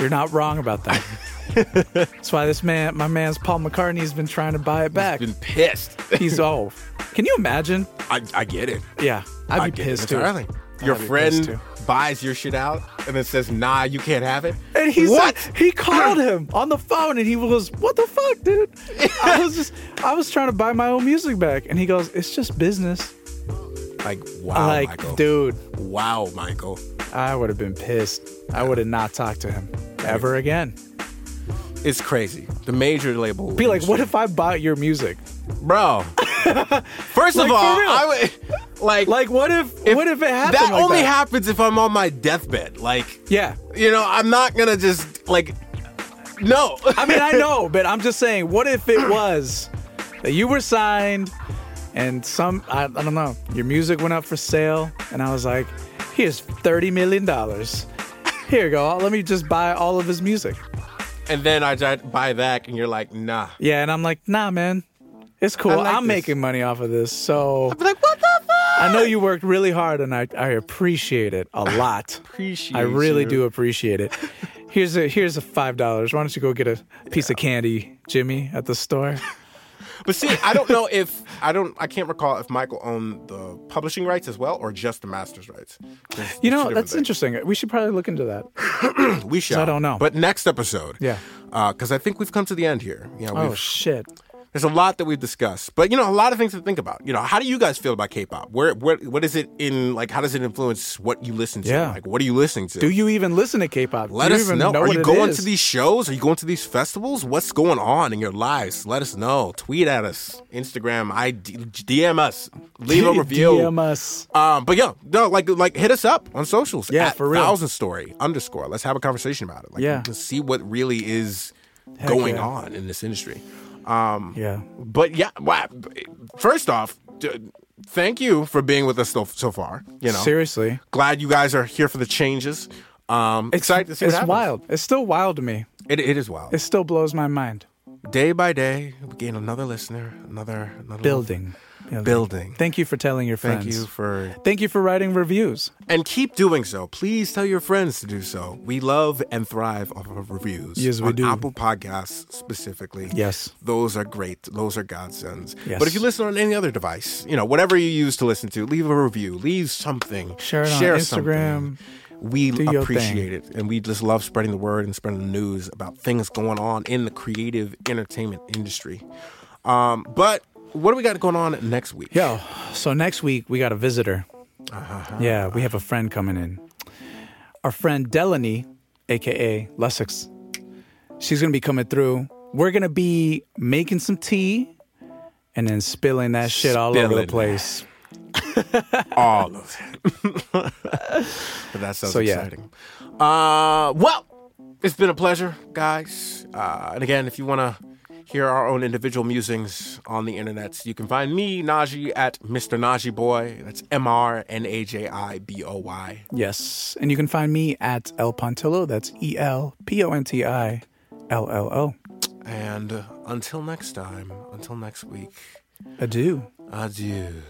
Speaker 2: You're not wrong about that. That's why this man, my man's Paul McCartney's been trying to buy it back.
Speaker 1: Been pissed.
Speaker 2: He's oh, can you imagine?
Speaker 1: I, I get it.
Speaker 2: Yeah, I'd
Speaker 1: I
Speaker 2: be
Speaker 1: get
Speaker 2: pissed
Speaker 1: it
Speaker 2: too.
Speaker 1: entirely. Your
Speaker 2: I'd be pissed
Speaker 1: friend
Speaker 2: too.
Speaker 1: buys your shit out and then says, "Nah, you can't have it."
Speaker 2: And he
Speaker 1: what?
Speaker 2: said he called him on the phone and he was, What the fuck, dude? I was just I was trying to buy my own music back. And he goes, It's just business.
Speaker 1: like, wow,
Speaker 2: like,
Speaker 1: Michael.
Speaker 2: dude,
Speaker 1: Wow, Michael.
Speaker 2: I would have been pissed. I would have not talked to him ever again.
Speaker 1: It's crazy. The major label.
Speaker 2: Be like, what if I bought your music?
Speaker 1: bro? First of
Speaker 2: Like, for
Speaker 1: all,
Speaker 2: real.
Speaker 1: I would like
Speaker 2: Like what if,
Speaker 1: if-
Speaker 2: what if it happened?
Speaker 1: That
Speaker 2: like
Speaker 1: only
Speaker 2: that?
Speaker 1: happens if I'm on my deathbed. Like,
Speaker 2: Yeah.
Speaker 1: you know, I'm not gonna just like, no.
Speaker 2: I mean I know, but I'm just saying, what if it was that you were signed and some I, I don't know, your music went up for sale and I was like, here's thirty million dollars. Here you go. Let me just buy all of his music.
Speaker 1: and then I try to buy back, and you're like, nah.
Speaker 2: Yeah, and I'm like, nah, man. It's cool.
Speaker 1: like
Speaker 2: I'm
Speaker 1: this.
Speaker 2: making money off of this. So
Speaker 1: I'm like, what the fuck?
Speaker 2: I know you worked really hard and I, I appreciate it a lot.
Speaker 1: Appreciate
Speaker 2: I really
Speaker 1: you.
Speaker 2: do appreciate it. Here's a here's a five dollars. Why don't you go get a piece of candy, Jimmy, at the store?
Speaker 1: But see, I don't know if I don't. I can't recall if Michael owned the publishing rights as well, or just the master's rights. It's two
Speaker 2: You know,
Speaker 1: different
Speaker 2: that's
Speaker 1: things.
Speaker 2: interesting. We should probably look into that.
Speaker 1: We shall.
Speaker 2: don't know.
Speaker 1: But next episode.
Speaker 2: Yeah.
Speaker 1: Because I think we've come to the end here. You know,
Speaker 2: Oh
Speaker 1: we've-
Speaker 2: shit.
Speaker 1: there's a lot that we've discussed, but you know, a lot of things to think about. You know, how do you guys feel about K-pop? Where, where, what is it in? Like, how does it influence what you listen to?
Speaker 2: Yeah.
Speaker 1: Like, what are you listening to?
Speaker 2: Do you even listen to K pop?
Speaker 1: Let
Speaker 2: Do you
Speaker 1: us
Speaker 2: even
Speaker 1: know. Are
Speaker 2: what
Speaker 1: you
Speaker 2: it
Speaker 1: going
Speaker 2: is?
Speaker 1: to these shows? Are you going to these festivals? What's going on in your lives? Let us know. Tweet at us, Instagram, ID, DM us, leave a review.
Speaker 2: DM us.
Speaker 1: Um, but yeah, no, like like hit us up on socials.
Speaker 2: Yeah,
Speaker 1: at
Speaker 2: for real.
Speaker 1: Thousand story underscore. Let's have a conversation about it. Like,
Speaker 2: Yeah.
Speaker 1: we can see what really is going
Speaker 2: yeah.
Speaker 1: on in this industry. Um,
Speaker 2: Yeah.
Speaker 1: But yeah, wow. first off, d- thank you for being with us so, so far. You know,
Speaker 2: Seriously.
Speaker 1: glad you guys are here for the changes. Um, excited to see what
Speaker 2: It's
Speaker 1: happens.
Speaker 2: wild. It's still wild to me.
Speaker 1: It, it is wild.
Speaker 2: It still blows my mind.
Speaker 1: day by day, we gain another listener, another, another
Speaker 2: Building. Building.
Speaker 1: building.
Speaker 2: Thank you for telling your friends.
Speaker 1: Thank you for
Speaker 2: Thank you for writing reviews.
Speaker 1: and keep doing so. Please tell your friends to do so. We love and thrive off of reviews.
Speaker 2: Yes, we
Speaker 1: on
Speaker 2: do.
Speaker 1: Apple Podcasts specifically.
Speaker 2: Yes.
Speaker 1: those are great. Those are godsends.
Speaker 2: Yes.
Speaker 1: But if you listen on any other device, you know whatever you use to listen to, leave a review, leave something,
Speaker 2: Share it on Instagram.
Speaker 1: Something. We
Speaker 2: your
Speaker 1: appreciate it, and we just love spreading the word and spreading the news about things going on in the creative entertainment industry. Um, but what do we got going on next week?
Speaker 2: Yo, so next week we got a visitor. Yeah, we have a friend coming in. Our friend Delaney, aka Lessex. She's gonna be coming through. We're gonna be making some tea and then spilling that shit all over the
Speaker 1: Spilling.
Speaker 2: place.
Speaker 1: all of it. but that sounds
Speaker 2: So, yeah.
Speaker 1: exciting. Uh, well, it's been a pleasure, guys. Uh, and again, if you want to hear our own individual musings on the internet, you can find me, Najee, at Mr. Najee Boy. That's M R N A J I B O Y.
Speaker 2: Yes. And you can find me at El Pontillo. That's E L P O N T I L L O.
Speaker 1: And uh, until next time, until next week,
Speaker 2: Adieu.
Speaker 1: adieu.